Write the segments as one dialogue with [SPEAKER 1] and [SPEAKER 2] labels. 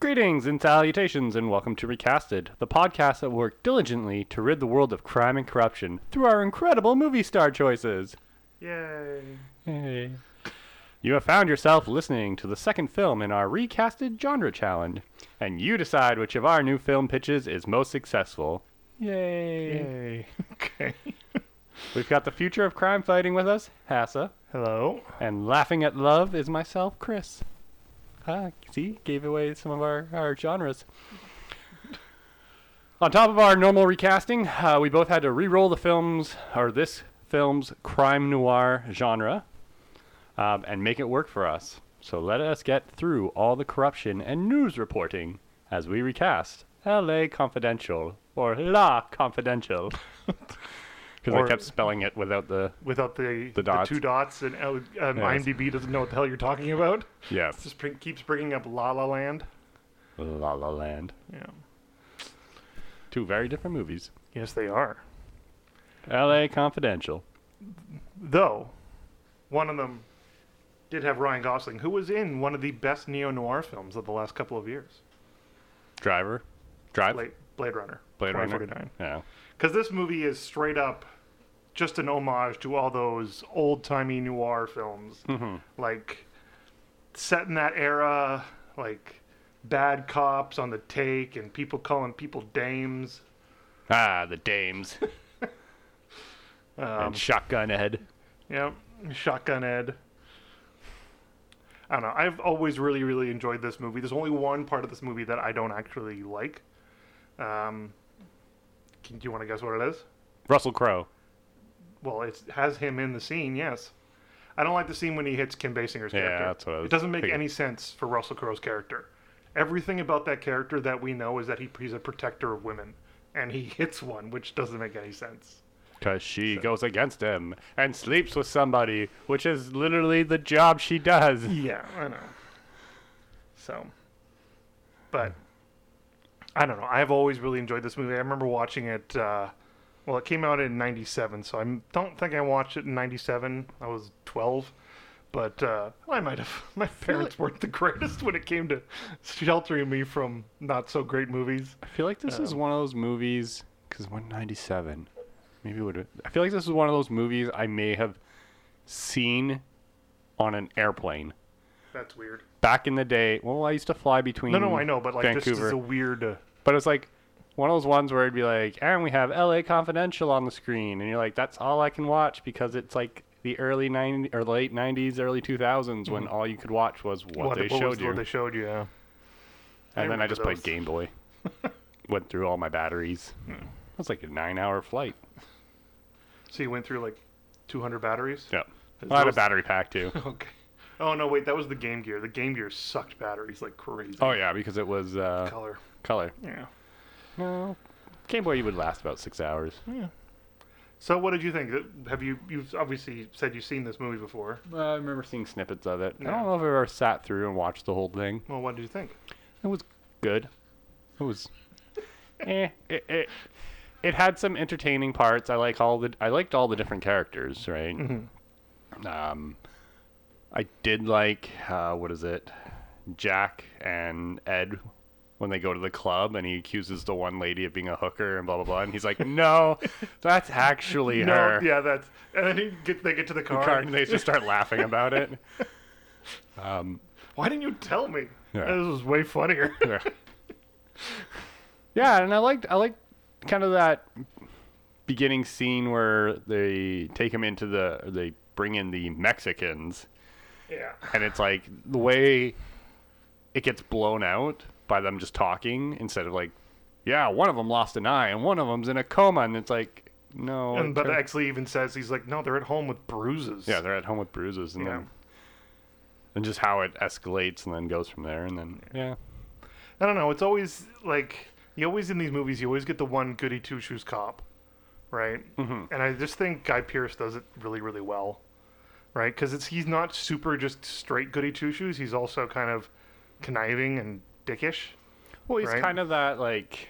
[SPEAKER 1] Greetings and salutations, and welcome to Recasted, the podcast that will work diligently to rid the world of crime and corruption through our incredible movie star choices.
[SPEAKER 2] Yay.
[SPEAKER 1] Hey. You have found yourself listening to the second film in our recasted genre challenge, and you decide which of our new film pitches is most successful. Yay!
[SPEAKER 2] Yay. Okay.
[SPEAKER 1] We've got the future of crime fighting with us, Hassa,
[SPEAKER 2] Hello.
[SPEAKER 1] and laughing at love is myself, Chris. Ah, see, gave away some of our, our genres. On top of our normal recasting, uh, we both had to re-roll the films or this film's crime noir genre, um, and make it work for us. So let us get through all the corruption and news reporting as we recast L.A. Confidential or La Confidential, because I
[SPEAKER 2] Or-
[SPEAKER 1] kept spelling it without the
[SPEAKER 2] Without the,
[SPEAKER 1] The dots.
[SPEAKER 2] two dots, and L- um,
[SPEAKER 1] Yes.
[SPEAKER 2] IMDb doesn't know what the hell you're talking about.
[SPEAKER 1] yeah
[SPEAKER 2] Just bring, keeps bringing up La La Land.
[SPEAKER 1] La La Land.
[SPEAKER 2] Yeah.
[SPEAKER 1] Two very different movies.
[SPEAKER 2] Yes, they are.
[SPEAKER 1] L.A. Confidential.
[SPEAKER 2] Though, one of them did have Ryan Gosling, who was in one of the best neo noir films of the last couple of years
[SPEAKER 1] Driver. Drive.
[SPEAKER 2] Blade, Blade Runner.
[SPEAKER 1] Blade Runner.
[SPEAKER 2] 2049.
[SPEAKER 1] Yeah.
[SPEAKER 2] Because this movie is straight up just an homage to all those old timey noir films. Like, set in that era, like bad cops on the take and people calling people dames.
[SPEAKER 1] Ah, the dames.
[SPEAKER 2] Um,
[SPEAKER 1] and Shotgun Ed.
[SPEAKER 2] yep, Shotgun Ed. I don't know. I've always really, really enjoyed this movie. There's only one part of this movie that I don't actually like. Um, can, do you want to guess what it is?
[SPEAKER 1] Russell Crowe.
[SPEAKER 2] Well, it has him in the scene, yes. I don't like the scene when he hits Kim Basinger's
[SPEAKER 1] Yeah,
[SPEAKER 2] character.
[SPEAKER 1] that's what I was
[SPEAKER 2] It doesn't make
[SPEAKER 1] thinking.
[SPEAKER 2] any sense for Russell Crowe's character. Everything about that character that we know is that he, he's a protector of women, and he hits one, which doesn't make any sense.
[SPEAKER 1] Because she goes against him and sleeps with somebody, which is literally the job she does.
[SPEAKER 2] Yeah, I know. So, but I don't know. I've always really enjoyed this movie. I remember watching it. Uh, well, it came out in '97, so I don't think I watched it in '97. I was 12, but uh, I might have. My parents weren't the greatest when it came to sheltering me from not so great movies.
[SPEAKER 1] I feel like this
[SPEAKER 2] Um,
[SPEAKER 1] is one of those movies. Because 197. Maybe would. I feel like this is one of those movies I may have seen on an airplane.
[SPEAKER 2] That's weird.
[SPEAKER 1] Back in the day, well, I used to fly between.
[SPEAKER 2] No, no, I know, but like
[SPEAKER 1] Vancouver.
[SPEAKER 2] this is a weird. Uh,
[SPEAKER 1] But it's like one of those ones where it'd be like, Aaron, we have LA Confidential on the screen. And you're like, that's all I can watch because it's like the early 90s or late 90s, early 2000s when all you could watch was what, they
[SPEAKER 2] was-
[SPEAKER 1] showed you.
[SPEAKER 2] Mm-hmm. What they showed you. Yeah. I
[SPEAKER 1] and then I
[SPEAKER 2] remember
[SPEAKER 1] just
[SPEAKER 2] those. Hmm.
[SPEAKER 1] played Game Boy. went through all my batteries. That's like a nine hour flight.
[SPEAKER 2] So you went through like 200 batteries.
[SPEAKER 1] Yep. Well, I had a
[SPEAKER 2] those-
[SPEAKER 1] battery pack too.
[SPEAKER 2] Okay. Oh no, wait, that was the Game Gear. The Game Gear sucked batteries like crazy.
[SPEAKER 1] oh, yeah, because it was uh,
[SPEAKER 2] Color.
[SPEAKER 1] color.
[SPEAKER 2] Yeah.
[SPEAKER 1] No. Game Boy, you would last about six hours.
[SPEAKER 2] Hmm. So what did you think? Have you you've obviously said you've seen this movie before?
[SPEAKER 1] I remember seeing snippets of it. I
[SPEAKER 2] Yeah.
[SPEAKER 1] don't know if I ever sat through and watched the whole thing.
[SPEAKER 2] Well, what did you think?
[SPEAKER 1] It was good. It was. eh, it, it, it had some entertaining parts. I like all the I liked all the different characters, right?
[SPEAKER 2] Mm-hmm.
[SPEAKER 1] Um, I did like uh, what is it, Jack and Ed when they go to the club and he accuses the one lady of being a hooker and blah blah blah and he's like, no, that's actually her.
[SPEAKER 2] No, yeah, that's and then you get they get to the car.
[SPEAKER 1] And they just start laughing about it. Um,
[SPEAKER 2] Why didn't you tell me?
[SPEAKER 1] Yeah.
[SPEAKER 2] This was way funnier.
[SPEAKER 1] yeah. yeah, and I liked I liked kind of that beginning scene where they take him into the they bring in the Mexicans
[SPEAKER 2] yeah.
[SPEAKER 1] and it's like the way it gets blown out by them just talking instead of like yeah, one of them lost an eye and one of them's in a coma and it's like no
[SPEAKER 2] And
[SPEAKER 1] it
[SPEAKER 2] but
[SPEAKER 1] turn-
[SPEAKER 2] actually even says he's like, no, they're at home with bruises.
[SPEAKER 1] yeah, they're at home with bruises and
[SPEAKER 2] Yeah.
[SPEAKER 1] then and just how it escalates and then goes from there and then yeah.
[SPEAKER 2] I don't know. It's always like you always in these movies. You always get the one goody two shoes cop, right? Mm-hmm. And I just think Guy Pearce does it really, really well, right? Because it's he's not super just straight goody two shoes. He's also kind of conniving and dickish.
[SPEAKER 1] Well, he's
[SPEAKER 2] right?
[SPEAKER 1] kind of that like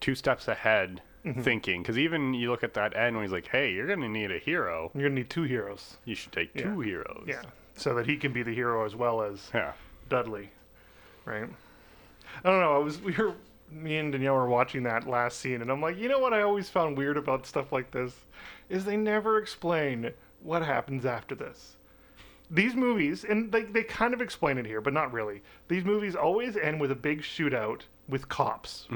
[SPEAKER 1] two steps ahead thinking. Because even you look at that end when he's like, "Hey, you're gonna need a hero.
[SPEAKER 2] You're gonna need two heroes.
[SPEAKER 1] You should take two heroes."
[SPEAKER 2] Yeah, so that he can be the hero as well as
[SPEAKER 1] Yeah.
[SPEAKER 2] Dudley. right? I don't know. I was we were me and Danielle were watching that last scene, and I'm like, you know what? I always found weird about stuff like this is they never explain what happens after this. These movies, and they they kind of explain it here, but not really. These movies always end with a big shootout with cops.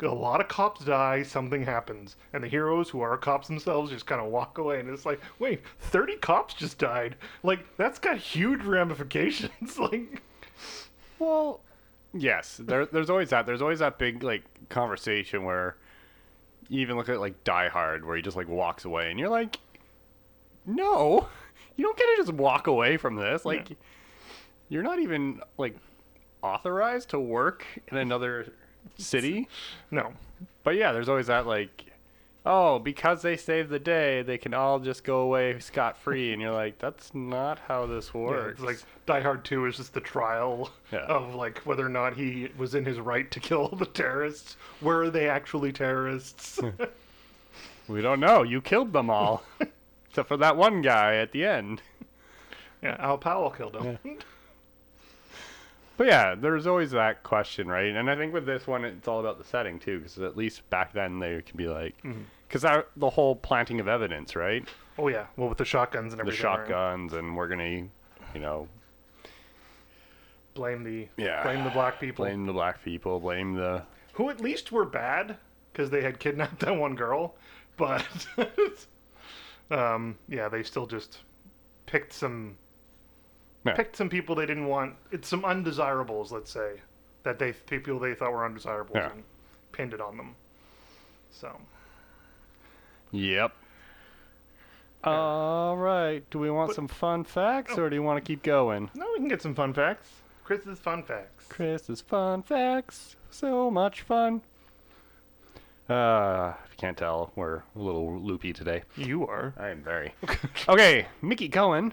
[SPEAKER 2] A lot of cops die, something happens, and the heroes who are cops themselves just kind of walk away, and it's like, wait, thirty cops just died. Like that's got huge ramifications. like.
[SPEAKER 1] Well, yes. There, there's always that. There's always that big like conversation where you even look at like Die Hard, where he just like walks away, and you're like, no, you don't get to just walk away from this. Like, you're not even like authorized to work in another city.
[SPEAKER 2] No.
[SPEAKER 1] But yeah, there's always that like. Oh, because they saved the day, they can all just go away scot free, and you're like, that's not how this
[SPEAKER 2] Yeah,
[SPEAKER 1] works.
[SPEAKER 2] it's like Die Hard 2 is just the trial
[SPEAKER 1] Yeah.
[SPEAKER 2] of like whether or not he was in his right to kill the terrorists. Were they actually terrorists?
[SPEAKER 1] Hmm. We don't know. You killed them all. Except for that one guy at the end.
[SPEAKER 2] yeah, Al Powell killed him.
[SPEAKER 1] But yeah, there's always that question, right? And I think with this one, it's all about the setting, too, because at least back then they could be like.
[SPEAKER 2] Mm-hmm.
[SPEAKER 1] Because the whole planting of evidence, right?
[SPEAKER 2] Oh yeah, well with the shotguns and
[SPEAKER 1] The
[SPEAKER 2] everything. right?
[SPEAKER 1] shotguns, and we're going to, you know,
[SPEAKER 2] Blame the
[SPEAKER 1] Yeah.
[SPEAKER 2] blame the black people
[SPEAKER 1] blame the black people, blame the.
[SPEAKER 2] who at least were bad because they had kidnapped that one girl, but um, yeah, they still just picked some
[SPEAKER 1] Yeah.
[SPEAKER 2] picked some people they didn't want. It's some undesirables, let's say, that they people they thought were undesirables
[SPEAKER 1] Yeah.
[SPEAKER 2] and pinned it on them. So
[SPEAKER 1] Yep. All right. Do we want some fun facts, or do you want to keep going?
[SPEAKER 2] now we can get some fun facts. Chris's fun facts.
[SPEAKER 1] Chris's fun facts. So much fun. Uh, if you can't tell, we're a little loopy today.
[SPEAKER 2] You are.
[SPEAKER 1] I am very. okay, Mickey Cohen,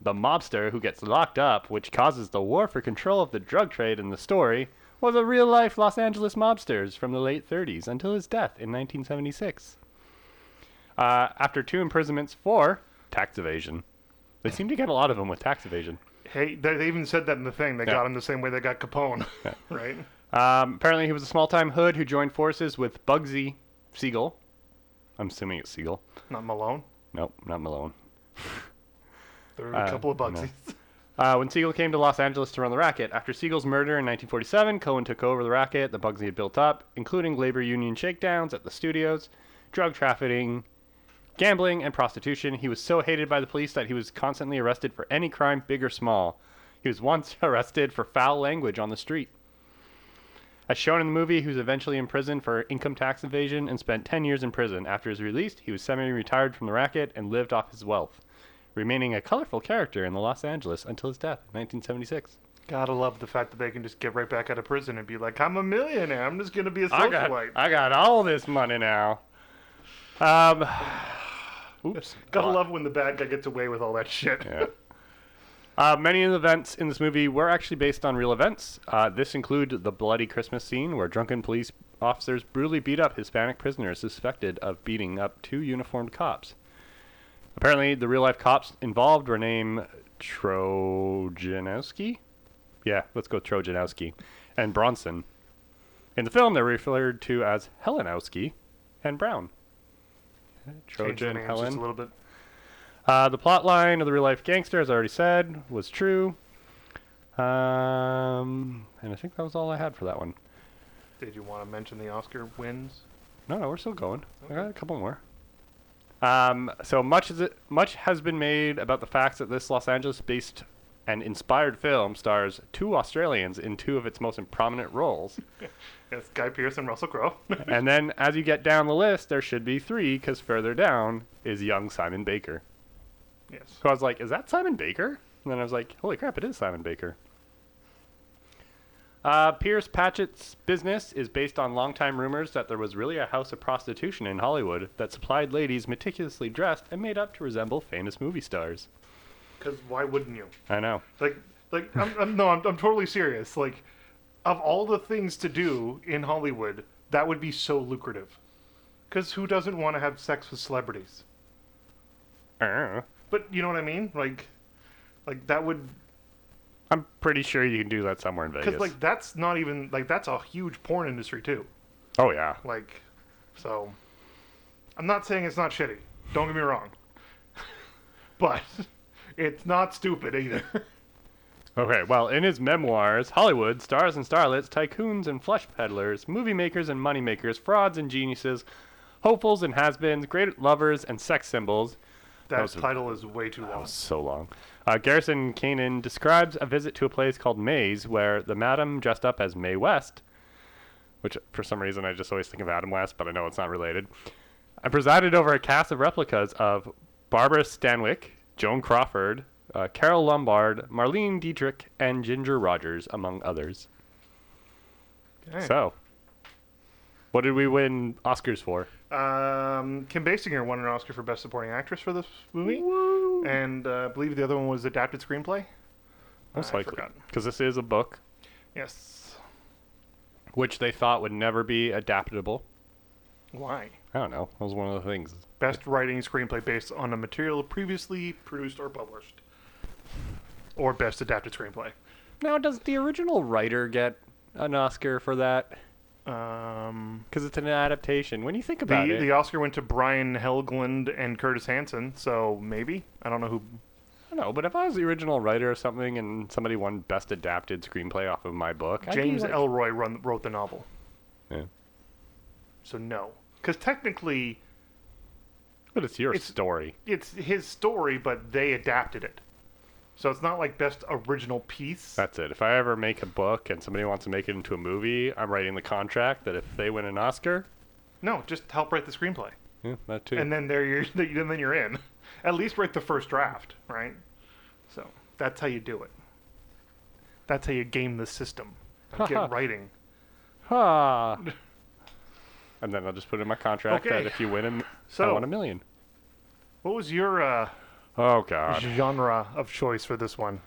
[SPEAKER 1] the mobster who gets locked up, which causes the war for control of the drug trade in the story, was a real life Los Angeles mobsters from the late 30s until his death in 1976. Uh, after two imprisonments for tax evasion. They seem to get a lot of them with tax evasion.
[SPEAKER 2] Hey, they they even said that in the thing. They got
[SPEAKER 1] Yeah.
[SPEAKER 2] him the same way they got Capone, right?
[SPEAKER 1] Um, apparently, he was a small time hood who joined forces with Bugsy Siegel. I'm assuming it's Siegel.
[SPEAKER 2] Not Malone.
[SPEAKER 1] Nope, not Malone.
[SPEAKER 2] There were a
[SPEAKER 1] Uh,
[SPEAKER 2] couple of
[SPEAKER 1] no.
[SPEAKER 2] Bugsies.
[SPEAKER 1] Uh, when Siegel came to Los Angeles to run the racket, after Siegel's murder in 1947, Cohen took over the racket the Bugsy had built up, including labor union shakedowns at the studios, drug trafficking, gambling, and prostitution. He was so hated by the police that he was constantly arrested for any crime, big or small. He was once arrested for foul language on the street. As shown in the movie, he was eventually imprisoned for income tax evasion and spent 10 years in prison. After his release, he was semi retired from the racket and lived off his wealth, remaining a colorful character in the Los Angeles until his death in 1976.
[SPEAKER 2] Gotta love the fact that they can just get right back out of prison and be like, I'm a millionaire. I'm just gonna be a socialite.
[SPEAKER 1] I got all this money now. Um, oops.
[SPEAKER 2] Gotta love when the bad guy gets away with all that shit.
[SPEAKER 1] Yeah. Uh, many of the events in this movie were actually based on real events. Uh, this include the bloody Christmas scene where drunken police officers brutally beat up Hispanic prisoners suspected of beating up two uniformed cops. Apparently, the real life cops involved were named Trojanowski. Yeah, let's go Trojanowski and Bronson. In the film, they're referred to as Helenowski and Brown.
[SPEAKER 2] Change the
[SPEAKER 1] Trojan,
[SPEAKER 2] names
[SPEAKER 1] Helen.
[SPEAKER 2] Just a little bit.
[SPEAKER 1] Uh, the plot line of the real life gangster, as I already said, was true. Um, and I think that was all I had for that one.
[SPEAKER 2] Did you want to mention the Oscar wins?
[SPEAKER 1] No, no, we're still going. I got a couple more. Um, so much is it, much has been made about the fact that this Los Angeles-based and inspired film stars two Australians in two of its most prominent roles.
[SPEAKER 2] Yes, Guy Pearce and Russell Crowe.
[SPEAKER 1] and then as you get down the list, there should be three, because further down is young Simon Baker.
[SPEAKER 2] yes.
[SPEAKER 1] So I was like, is that Simon Baker? And then I was like, holy crap, it is Simon Baker. Uh, Pierce Patchett's business is based on longtime rumors that there was really a house of prostitution in Hollywood that supplied ladies meticulously dressed and made up to resemble famous movie stars.
[SPEAKER 2] Because why wouldn't you?
[SPEAKER 1] I know.
[SPEAKER 2] Like, like I'm, I'm no, I'm, I'm totally serious. Like, of all the things to do in Hollywood, that would be so lucrative. Because who doesn't want to have sex with celebrities?
[SPEAKER 1] Uh,
[SPEAKER 2] But you know what I mean? Like, like that would.
[SPEAKER 1] I'm pretty sure you can do that somewhere in Vegas.
[SPEAKER 2] Because like that's not even like that's a huge porn industry too.
[SPEAKER 1] oh yeah,
[SPEAKER 2] Like, so I'm not saying it's not shitty. Don't get me wrong, but it's not stupid either.
[SPEAKER 1] Okay, well, in his memoirs, Hollywood, stars and starlets, tycoons and flesh peddlers, movie makers and moneymakers, frauds and geniuses, hopefuls and has-beens, great lovers and sex symbols.
[SPEAKER 2] That
[SPEAKER 1] was a-
[SPEAKER 2] title is way too
[SPEAKER 1] That
[SPEAKER 2] long.
[SPEAKER 1] was so long. Uh, Garrison Kanin describes a visit to a place called Maze, where the madam dressed up as Mae West, which for some reason I just always think of Adam West, but I know it's not related. I presided over a cast of replicas of Barbara Stanwyck, Joan Crawford, uh, Carol Lombard, Marlene Dietrich, and Ginger Rogers, among others.
[SPEAKER 2] Hey.
[SPEAKER 1] So, what did we win Oscars for?
[SPEAKER 2] Um, Kim Basinger won an Oscar for Best Supporting Actress for this movie, and uh, I believe the other one was adapted screenplay.
[SPEAKER 1] Most
[SPEAKER 2] I
[SPEAKER 1] likely.
[SPEAKER 2] forgot.
[SPEAKER 1] Because this is a book,
[SPEAKER 2] Yes.
[SPEAKER 1] which they thought would never be adaptable.
[SPEAKER 2] Why?
[SPEAKER 1] I don't know. That was one of the things.
[SPEAKER 2] Best writing screenplay based on a material previously produced or published, or best adapted screenplay.
[SPEAKER 1] Now, does the original writer get an Oscar for that?
[SPEAKER 2] Um,
[SPEAKER 1] Because it's an adaptation. When you think
[SPEAKER 2] the
[SPEAKER 1] about it,
[SPEAKER 2] the Oscar went to Brian Helgeland and Curtis Hanson, so maybe I don't know who.
[SPEAKER 1] I don't know. But if I was the original writer or something, and somebody won Best Adapted Screenplay off of my book, I'd be
[SPEAKER 2] James
[SPEAKER 1] like-
[SPEAKER 2] Elroy run, wrote the novel,
[SPEAKER 1] Yeah.
[SPEAKER 2] so no, because technically
[SPEAKER 1] But it's your
[SPEAKER 2] It's-
[SPEAKER 1] story.
[SPEAKER 2] it's his story, but they adapted it. So it's not like best original piece.
[SPEAKER 1] That's it. If I ever make a book and somebody wants to make it into a movie, I'm writing the contract that if they win an Oscar,
[SPEAKER 2] No, just help write the screenplay,
[SPEAKER 1] yeah, that too.
[SPEAKER 2] and then there you're then you're in. At least write the first draft, right? So that's how you do it. That's how you game the system. Get writing.
[SPEAKER 1] Ha! and then I'll just put in my contract
[SPEAKER 2] Okay.
[SPEAKER 1] that if you win, a m- I
[SPEAKER 2] So-
[SPEAKER 1] want a million.
[SPEAKER 2] What was your uh,
[SPEAKER 1] Oh God.
[SPEAKER 2] genre of choice for this one?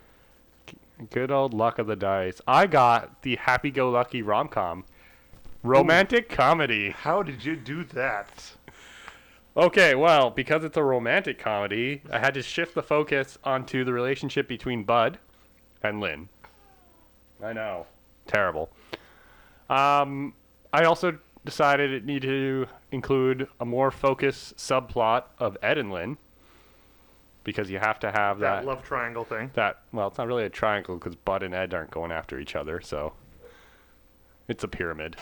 [SPEAKER 1] Good old luck of the dice. I got the happy go lucky rom com. Romantic comedy.
[SPEAKER 2] How did you do that?
[SPEAKER 1] Okay, well, because it's a romantic comedy, I had to shift the focus onto the relationship between Bud and Lynn. I know. Terrible. Um, I also decided it needed to include a more focused subplot of Ed and Lynn because you have to have
[SPEAKER 2] That
[SPEAKER 1] that.
[SPEAKER 2] love triangle thing.
[SPEAKER 1] that well it's not really a triangle because bud and ed aren't going after each other so it's a pyramid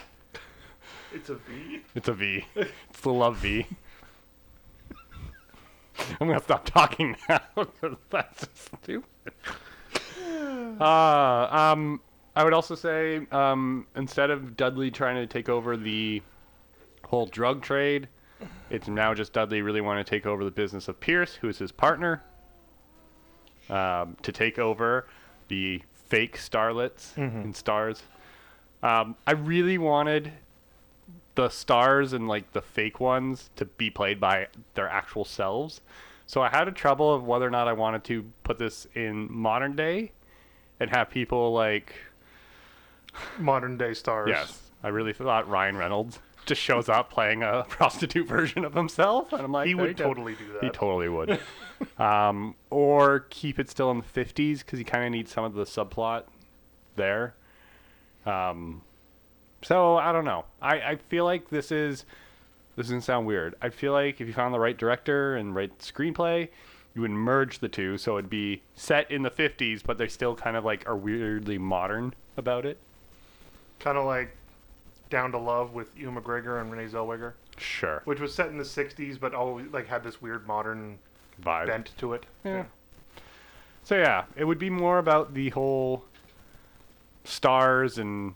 [SPEAKER 2] It's a V.
[SPEAKER 1] it's a v it's the love v i'm gonna stop talking now 'cause that's just stupid uh, um, i would also say um, instead of dudley trying to take over the whole drug trade it's now just dudley really wanting to take over the business of pierce who is his partner um, to take over the fake starlets and stars. Um, I really wanted the stars and like the fake ones to be played by their actual selves. So I had a trouble of whether or not I wanted to put this in modern day and have people like
[SPEAKER 2] Modern day stars.
[SPEAKER 1] yes, I really thought Ryan Reynolds just shows up playing a prostitute version of himself and I'm like
[SPEAKER 2] He
[SPEAKER 1] "There
[SPEAKER 2] would
[SPEAKER 1] you go."
[SPEAKER 2] totally do that.
[SPEAKER 1] He totally would. um, or keep it still in the 50s because you kind of need some of the subplot there. Um, so I don't know. I, I feel like this is this is gonna sound weird. I feel like if you found the right director and right screenplay, you would merge the two, so it'd be set in the 50s, but they still kind of like are weirdly modern about it.
[SPEAKER 2] kind of like Down to Love with Ewan McGregor and Renee Zellweger,
[SPEAKER 1] Sure,
[SPEAKER 2] which was set in the '60s, but always like had this weird modern
[SPEAKER 1] vibe.
[SPEAKER 2] bent to it.
[SPEAKER 1] Yeah. So yeah, it would be more about the whole stars and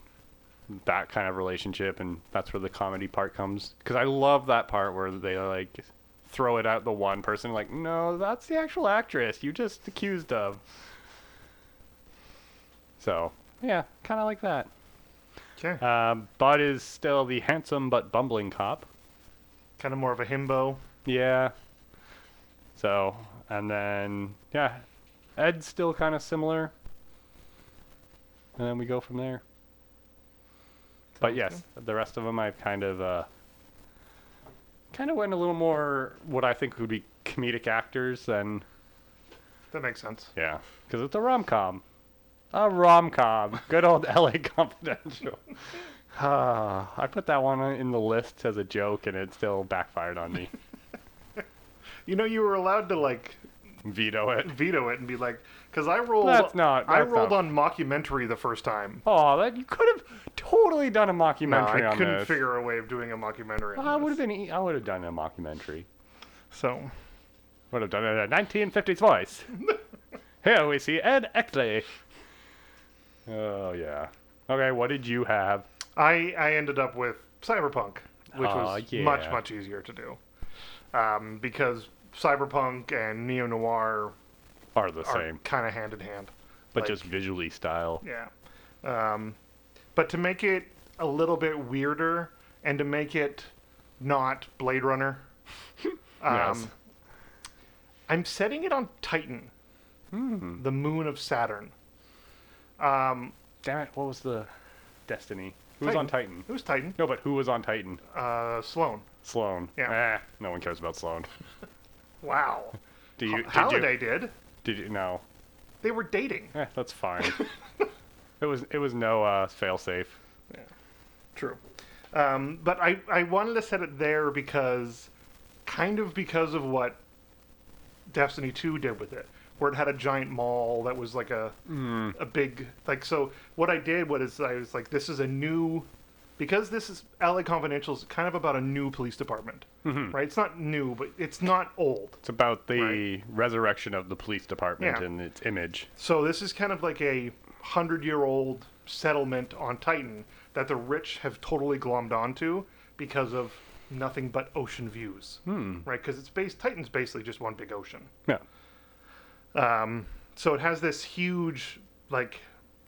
[SPEAKER 1] that kind of relationship, and that's where the comedy part comes. Because I love that part where they like throw it out the one person, like, no, that's the actual actress you just accused of. So yeah, kind of like that.
[SPEAKER 2] Okay.
[SPEAKER 1] Um, Bud is still the handsome but bumbling cop.
[SPEAKER 2] kind of more of a himbo.
[SPEAKER 1] Yeah. So, and then, yeah, Ed's still kind of similar. And then we go from there. But
[SPEAKER 2] Sounds
[SPEAKER 1] yes, the rest of them I've kind of, uh, kind of went a little more what I think would be comedic actors than,
[SPEAKER 2] That makes sense.
[SPEAKER 1] yeah, because it's a rom com. A rom com. Good old LA Confidential. Ah, I put that one on- in the list as a joke and it still backfired on me.
[SPEAKER 2] You know, you were allowed to like
[SPEAKER 1] Veto it.
[SPEAKER 2] veto it and be like, because I rolled.
[SPEAKER 1] That's not-
[SPEAKER 2] I
[SPEAKER 1] that's
[SPEAKER 2] rolled
[SPEAKER 1] not-
[SPEAKER 2] on mockumentary the first time.
[SPEAKER 1] Oh, that you could have totally done a mockumentary
[SPEAKER 2] No, I
[SPEAKER 1] on
[SPEAKER 2] couldn't
[SPEAKER 1] this.
[SPEAKER 2] figure a way of doing a mockumentary. on
[SPEAKER 1] I would
[SPEAKER 2] this.
[SPEAKER 1] have been. e- I would have done a mockumentary.
[SPEAKER 2] So
[SPEAKER 1] Would have done it in a 1950s voice. Here we see Ed Eckley. Oh yeah. Okay, what did you have?
[SPEAKER 2] I I ended up with Cyberpunk, which
[SPEAKER 1] Aw,
[SPEAKER 2] was
[SPEAKER 1] yeah.
[SPEAKER 2] much much easier to do, um, because Cyberpunk and neo noir
[SPEAKER 1] Are the
[SPEAKER 2] are
[SPEAKER 1] same,
[SPEAKER 2] kind of hand in hand.
[SPEAKER 1] but
[SPEAKER 2] like-
[SPEAKER 1] just visually style.
[SPEAKER 2] Yeah. Um, but to make it a little bit weirder and to make it not Blade Runner, um,
[SPEAKER 1] Yes.
[SPEAKER 2] I'm setting it on Titan,
[SPEAKER 1] Hmm.
[SPEAKER 2] the moon of Saturn. Um,
[SPEAKER 1] Damn it! What was the destiny? Who was on Titan?
[SPEAKER 2] It was Titan.
[SPEAKER 1] No, but who was on Titan?
[SPEAKER 2] Uh, Sloan.
[SPEAKER 1] Sloan. Eh,
[SPEAKER 2] Yeah.
[SPEAKER 1] no one cares about Sloan.
[SPEAKER 2] Wow.
[SPEAKER 1] Do you? Did
[SPEAKER 2] Halliday did.
[SPEAKER 1] you? Did you? No.
[SPEAKER 2] They were dating.
[SPEAKER 1] Eh, that's fine. it was. It was no uh, failsafe.
[SPEAKER 2] True. Um, but I, I wanted to set it there because, kind of because of what Destiny 2 did with it, where it had a giant mall that was like a, a big, like, so what I did was I was like, this is a new, because this is, LA Confidential is kind of about a new police department, right? It's not new, but it's not old.
[SPEAKER 1] It's about the resurrection of the police department
[SPEAKER 2] Yeah.
[SPEAKER 1] and its image.
[SPEAKER 2] So this is kind of like a hundred year old settlement on Titan that the rich have totally glommed onto because of nothing but ocean views, hmm. right? Because it's based Titan's basically just one big ocean.
[SPEAKER 1] Yeah.
[SPEAKER 2] Um, so it has this huge like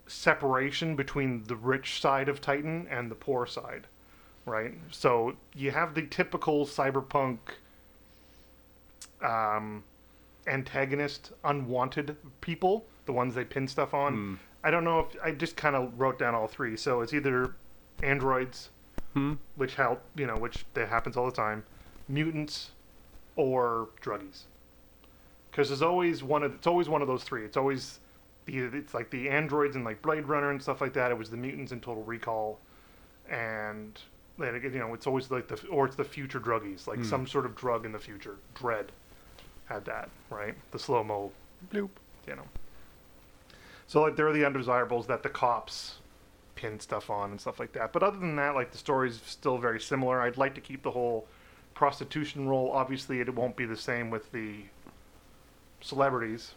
[SPEAKER 2] separation between the rich side of Titan and the poor side, right? So you have the typical cyberpunk um, antagonist, unwanted people, the ones they pin stuff on. I don't know if I just kind of wrote down all three. So it's either androids, which help, you know, which that happens all the time, mutants, or druggies because there's always one of it's always one of those three. It's always the it's like the androids and like Blade Runner and stuff like that. It was the mutants in Total Recall, and then again, you know it's always like the or it's the future druggies, like some sort of drug in the future. Dread had that right, the slow mo,
[SPEAKER 1] Bloop.
[SPEAKER 2] you know. So like they're the undesirables that the cops pin stuff on and stuff like that. But other than that, like the story's still very similar. I'd like to keep the whole prostitution role. Obviously, it won't be the same with the celebrities.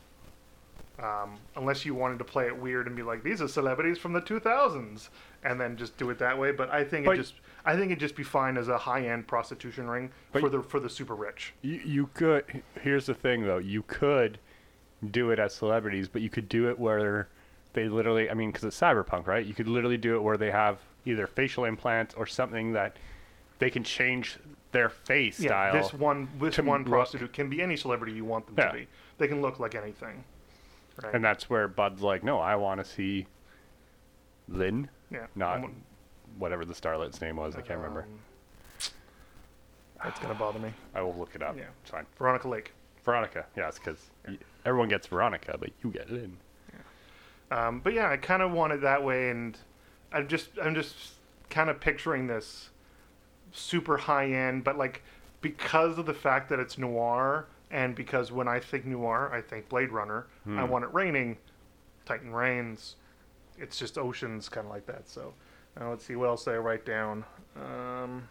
[SPEAKER 2] Um, unless you wanted to play it weird and be like, these are celebrities from the 2000s, and then just do it that way. But I think
[SPEAKER 1] But-
[SPEAKER 2] it just, I think it'd just be fine as a high-end prostitution ring
[SPEAKER 1] But-
[SPEAKER 2] for the for the super rich.
[SPEAKER 1] You, you could. Here's the thing, though. You could do it as celebrities, but you could do it where they literally. I mean, because it's cyberpunk, right? You could literally do it where they have either facial implants or something that they can change their face style.
[SPEAKER 2] This one, this
[SPEAKER 1] to
[SPEAKER 2] one
[SPEAKER 1] look-
[SPEAKER 2] prostitute can be any celebrity you want them
[SPEAKER 1] Yeah.
[SPEAKER 2] to be. They can look like anything. Right.
[SPEAKER 1] And that's where Bud's like, no, I want to see Lynn,
[SPEAKER 2] yeah.
[SPEAKER 1] not
[SPEAKER 2] Um,
[SPEAKER 1] whatever the starlet's name was. I can't remember.
[SPEAKER 2] um, That's gonna bother me.
[SPEAKER 1] I will look it up.
[SPEAKER 2] yeah.
[SPEAKER 1] It's fine.
[SPEAKER 2] Veronica Lake.
[SPEAKER 1] Veronica. Yeah, it's because everyone gets Veronica, but you get Lynn.
[SPEAKER 2] Um, but yeah, I kind of want it that way, and I'm just I'm just kind of picturing this super high end, but like because of the fact that it's noir, and because when I think noir, I think Blade Runner. I want it raining, Titan rains. It's just oceans, kind of like that. So uh, let's see what else did I write down. Um,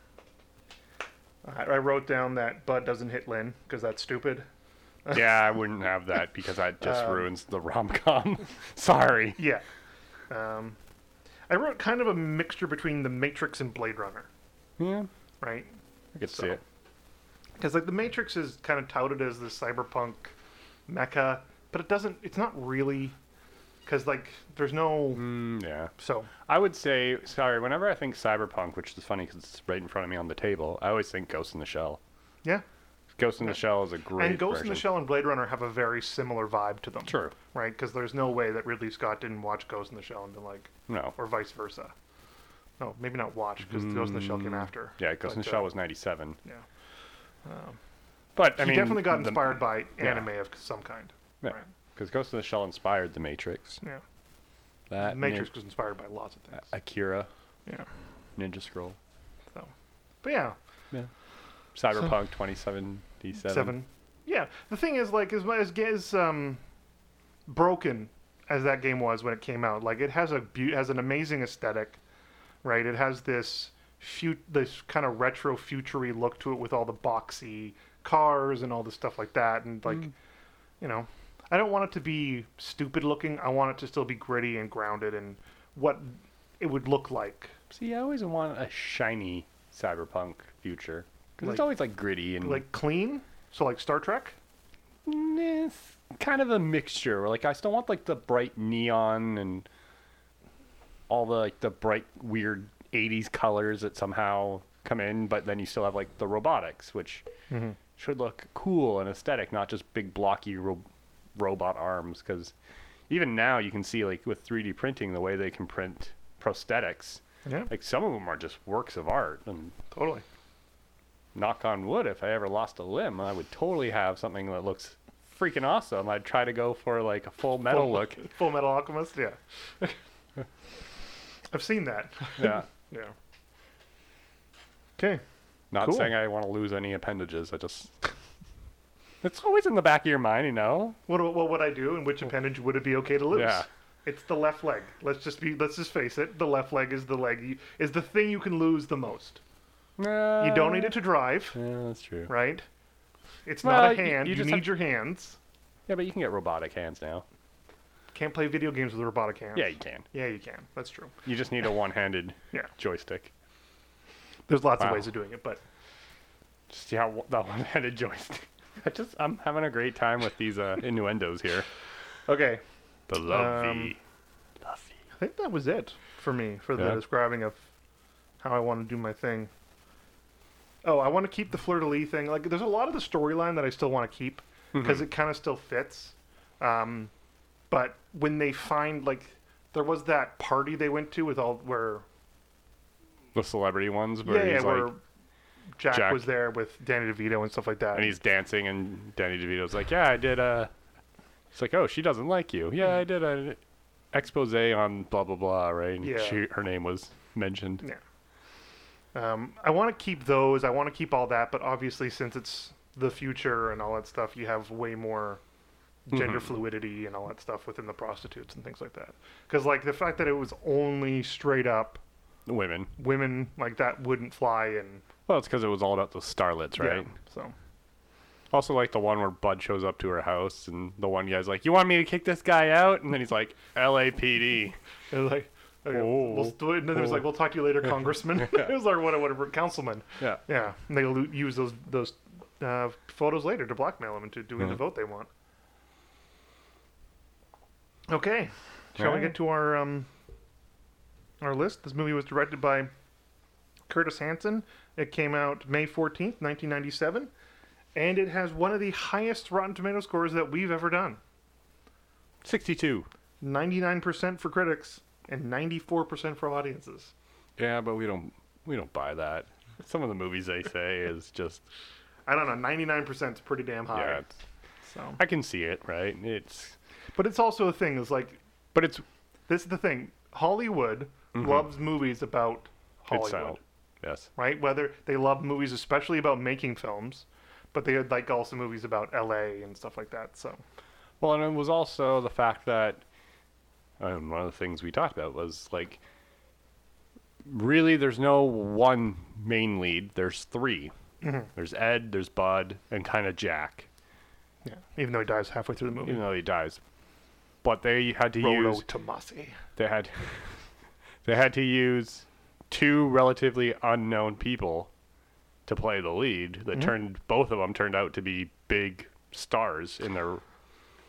[SPEAKER 2] I, I wrote down that Bud doesn't hit Lynn because that's stupid.
[SPEAKER 1] yeah, I wouldn't have that because that just
[SPEAKER 2] Um,
[SPEAKER 1] ruins the rom com. Sorry.
[SPEAKER 2] Yeah. Um, I wrote kind of a mixture between The Matrix and Blade Runner,
[SPEAKER 1] Yeah,
[SPEAKER 2] right?
[SPEAKER 1] I could
[SPEAKER 2] So-
[SPEAKER 1] see it.
[SPEAKER 2] Because like The Matrix is kind of touted as this cyberpunk mecca, but it doesn't. It's not really, because like there's no.
[SPEAKER 1] Mm, yeah.
[SPEAKER 2] So
[SPEAKER 1] I would say, sorry, whenever I think cyberpunk, which is funny because it's right in front of me on the table, I always think Ghost in the Shell.
[SPEAKER 2] yeah,
[SPEAKER 1] Ghost in the Shell is a great
[SPEAKER 2] and Ghost in the
[SPEAKER 1] version.
[SPEAKER 2] Shell and Blade Runner have a very similar vibe to them.
[SPEAKER 1] True.
[SPEAKER 2] Right? Because there's no way that Ridley Scott didn't watch Ghost in the Shell and be like,
[SPEAKER 1] No.
[SPEAKER 2] or vice versa. No, maybe not watch because Ghost in the Shell came after.
[SPEAKER 1] Mm. Yeah, Ghost in
[SPEAKER 2] But,
[SPEAKER 1] the
[SPEAKER 2] uh,
[SPEAKER 1] Shell was 97.
[SPEAKER 2] Yeah.
[SPEAKER 1] But, I
[SPEAKER 2] he
[SPEAKER 1] mean.
[SPEAKER 2] definitely got
[SPEAKER 1] the-
[SPEAKER 2] inspired by anime of some kind.
[SPEAKER 1] Yeah.
[SPEAKER 2] right.
[SPEAKER 1] Because Ghost in the Shell inspired The Matrix.
[SPEAKER 2] Yeah.
[SPEAKER 1] That
[SPEAKER 2] Matrix was inspired by lots of things.
[SPEAKER 1] Nin- Akira,
[SPEAKER 2] Yeah.
[SPEAKER 1] Ninja Scroll,
[SPEAKER 2] So, but yeah,
[SPEAKER 1] Cyberpunk 2077.
[SPEAKER 2] seven. Yeah, the thing is, like, as as as um, broken as that game was when it came out, like, it has a be- has an amazing aesthetic, right? It has this fut- this kind of retro futury look to it with all the boxy cars and all the stuff like that, and like, you know, I don't want it to be stupid looking. I want it to still be gritty and grounded and what it would look like,
[SPEAKER 1] See, I always want a shiny cyberpunk future because
[SPEAKER 2] Like-
[SPEAKER 1] it's always like gritty and
[SPEAKER 2] like clean. So like Star Trek.
[SPEAKER 1] Mm, it's kind of a mixture. Like I still want like the bright neon and all the like the bright weird '80s colors that somehow come in, but then you still have like the robotics, which
[SPEAKER 2] Mm-hmm.
[SPEAKER 1] should look cool and aesthetic, not just big blocky ro- robot arms. Because even now you can see like with 3D printing the way they can print prosthetics.
[SPEAKER 2] Yeah,
[SPEAKER 1] Like some of them are just works of art, and
[SPEAKER 2] totally.
[SPEAKER 1] knock on wood, if I ever lost a limb, I would totally have something that looks freaking awesome. I'd try to go for like a full metal look.
[SPEAKER 2] Full Metal Alchemist, yeah. I've seen that.
[SPEAKER 1] Yeah.
[SPEAKER 2] Yeah. Okay.
[SPEAKER 1] Not
[SPEAKER 2] Cool.
[SPEAKER 1] saying I want to lose any appendages. I just. It's always in the back of your mind, you know?
[SPEAKER 2] What, what would I do, and which appendage would it be okay to lose?
[SPEAKER 1] Yeah.
[SPEAKER 2] It's the left leg. Let's just be. Let's just face it. The left leg is the leg you, is the thing you can lose the most. You don't need it to drive,
[SPEAKER 1] Uh, Yeah, that's true.
[SPEAKER 2] right? It's
[SPEAKER 1] Well,
[SPEAKER 2] not a
[SPEAKER 1] you-
[SPEAKER 2] hand.
[SPEAKER 1] you
[SPEAKER 2] You,
[SPEAKER 1] just
[SPEAKER 2] need
[SPEAKER 1] have-
[SPEAKER 2] your hands.
[SPEAKER 1] Yeah, but you can get robotic hands now.
[SPEAKER 2] Can't play video games with robotic hands.
[SPEAKER 1] Yeah, you can.
[SPEAKER 2] Yeah, you can. That's true.
[SPEAKER 1] You just need a one handed
[SPEAKER 2] Yeah.
[SPEAKER 1] joystick.
[SPEAKER 2] There's lots of
[SPEAKER 1] Wow.
[SPEAKER 2] ways of doing it, but
[SPEAKER 1] Just yeah, wh- that one handed joystick. I just, I'm having a great time with these uh, innuendos here.
[SPEAKER 2] okay.
[SPEAKER 1] The lovey.
[SPEAKER 2] Um,
[SPEAKER 1] lovey.
[SPEAKER 2] I think that was it for me for the
[SPEAKER 1] Yeah.
[SPEAKER 2] describing of how I want to do my thing. Oh, I want to keep the fleur de lis thing. Like, there's a lot of the storyline that I still want to keep
[SPEAKER 1] Mm-hmm.
[SPEAKER 2] because it kind of still fits. Um, but when they find like, there was that party they went to with all where
[SPEAKER 1] The celebrity ones where
[SPEAKER 2] yeah, yeah
[SPEAKER 1] he's like.
[SPEAKER 2] where Jack,
[SPEAKER 1] Jack-
[SPEAKER 2] was there with Danny DeVito and stuff like that.
[SPEAKER 1] and he's dancing, and Danny DeVito's like, "Yeah, I did a." It's like, "Oh, she doesn't like you." Yeah, I did an expose on blah blah blah, right? And
[SPEAKER 2] Yeah.
[SPEAKER 1] she, her name was mentioned.
[SPEAKER 2] Yeah. Um, I want to keep those. I want to keep all that, but obviously, since it's the future and all that stuff, you have way more
[SPEAKER 1] Mm-hmm.
[SPEAKER 2] gender fluidity and all that stuff within the prostitutes and things like that. Because like the fact that it was only straight up
[SPEAKER 1] Women.
[SPEAKER 2] women like that wouldn't fly and
[SPEAKER 1] Well, it's because it was all about the starlets, right?
[SPEAKER 2] yeah, so
[SPEAKER 1] Also, like the one where Bud shows up to her house, and the one guy's like, "You want me to kick this guy out?" And then he's like, "LAPD."
[SPEAKER 2] it was like. Okay,
[SPEAKER 1] Oh.
[SPEAKER 2] we'll st- and then it was like,
[SPEAKER 1] Oh.
[SPEAKER 2] "We'll talk to you later, Congressman." it was like, "Whatever, whatever, Councilman."
[SPEAKER 1] Yeah.
[SPEAKER 2] Yeah, and they lo- use those those uh, photos later to blackmail them into doing the vote they want. Okay, shall we
[SPEAKER 1] Alright.
[SPEAKER 2] get to our um, our list? This movie was directed by Curtis Hanson. It came out May fourteenth, nineteen ninety seven, and it has one of the highest Rotten Tomato scores that we've ever done
[SPEAKER 1] Sixty-two.
[SPEAKER 2] ninety nine percent for critics and ninety four percent for audiences.
[SPEAKER 1] Yeah, but we don't we don't buy that. Some of the movies they say is just
[SPEAKER 2] I don't know, ninety nine percent is pretty damn high.
[SPEAKER 1] yeah. It's,
[SPEAKER 2] So,
[SPEAKER 1] I can see it, right? It's
[SPEAKER 2] but it's also a thing. Is like
[SPEAKER 1] but it's
[SPEAKER 2] this is the thing hollywood loves movies about
[SPEAKER 1] it's
[SPEAKER 2] hollywood
[SPEAKER 1] silent. Yes.
[SPEAKER 2] right whether they love movies especially about making films but they like also movies about la and stuff like that so
[SPEAKER 1] Well, and it was also the fact that um, one of the things we talked about was like, really, there's no one main lead. There's 3 There's Ed, there's Bud, and kind of Jack,
[SPEAKER 2] yeah even though he dies halfway through the movie
[SPEAKER 1] even though he dies. But they had to
[SPEAKER 2] Rolo
[SPEAKER 1] use
[SPEAKER 2] Tomasi.
[SPEAKER 1] they had they had to use two relatively unknown people to play the lead. That turned both of them turned out to be big stars in their.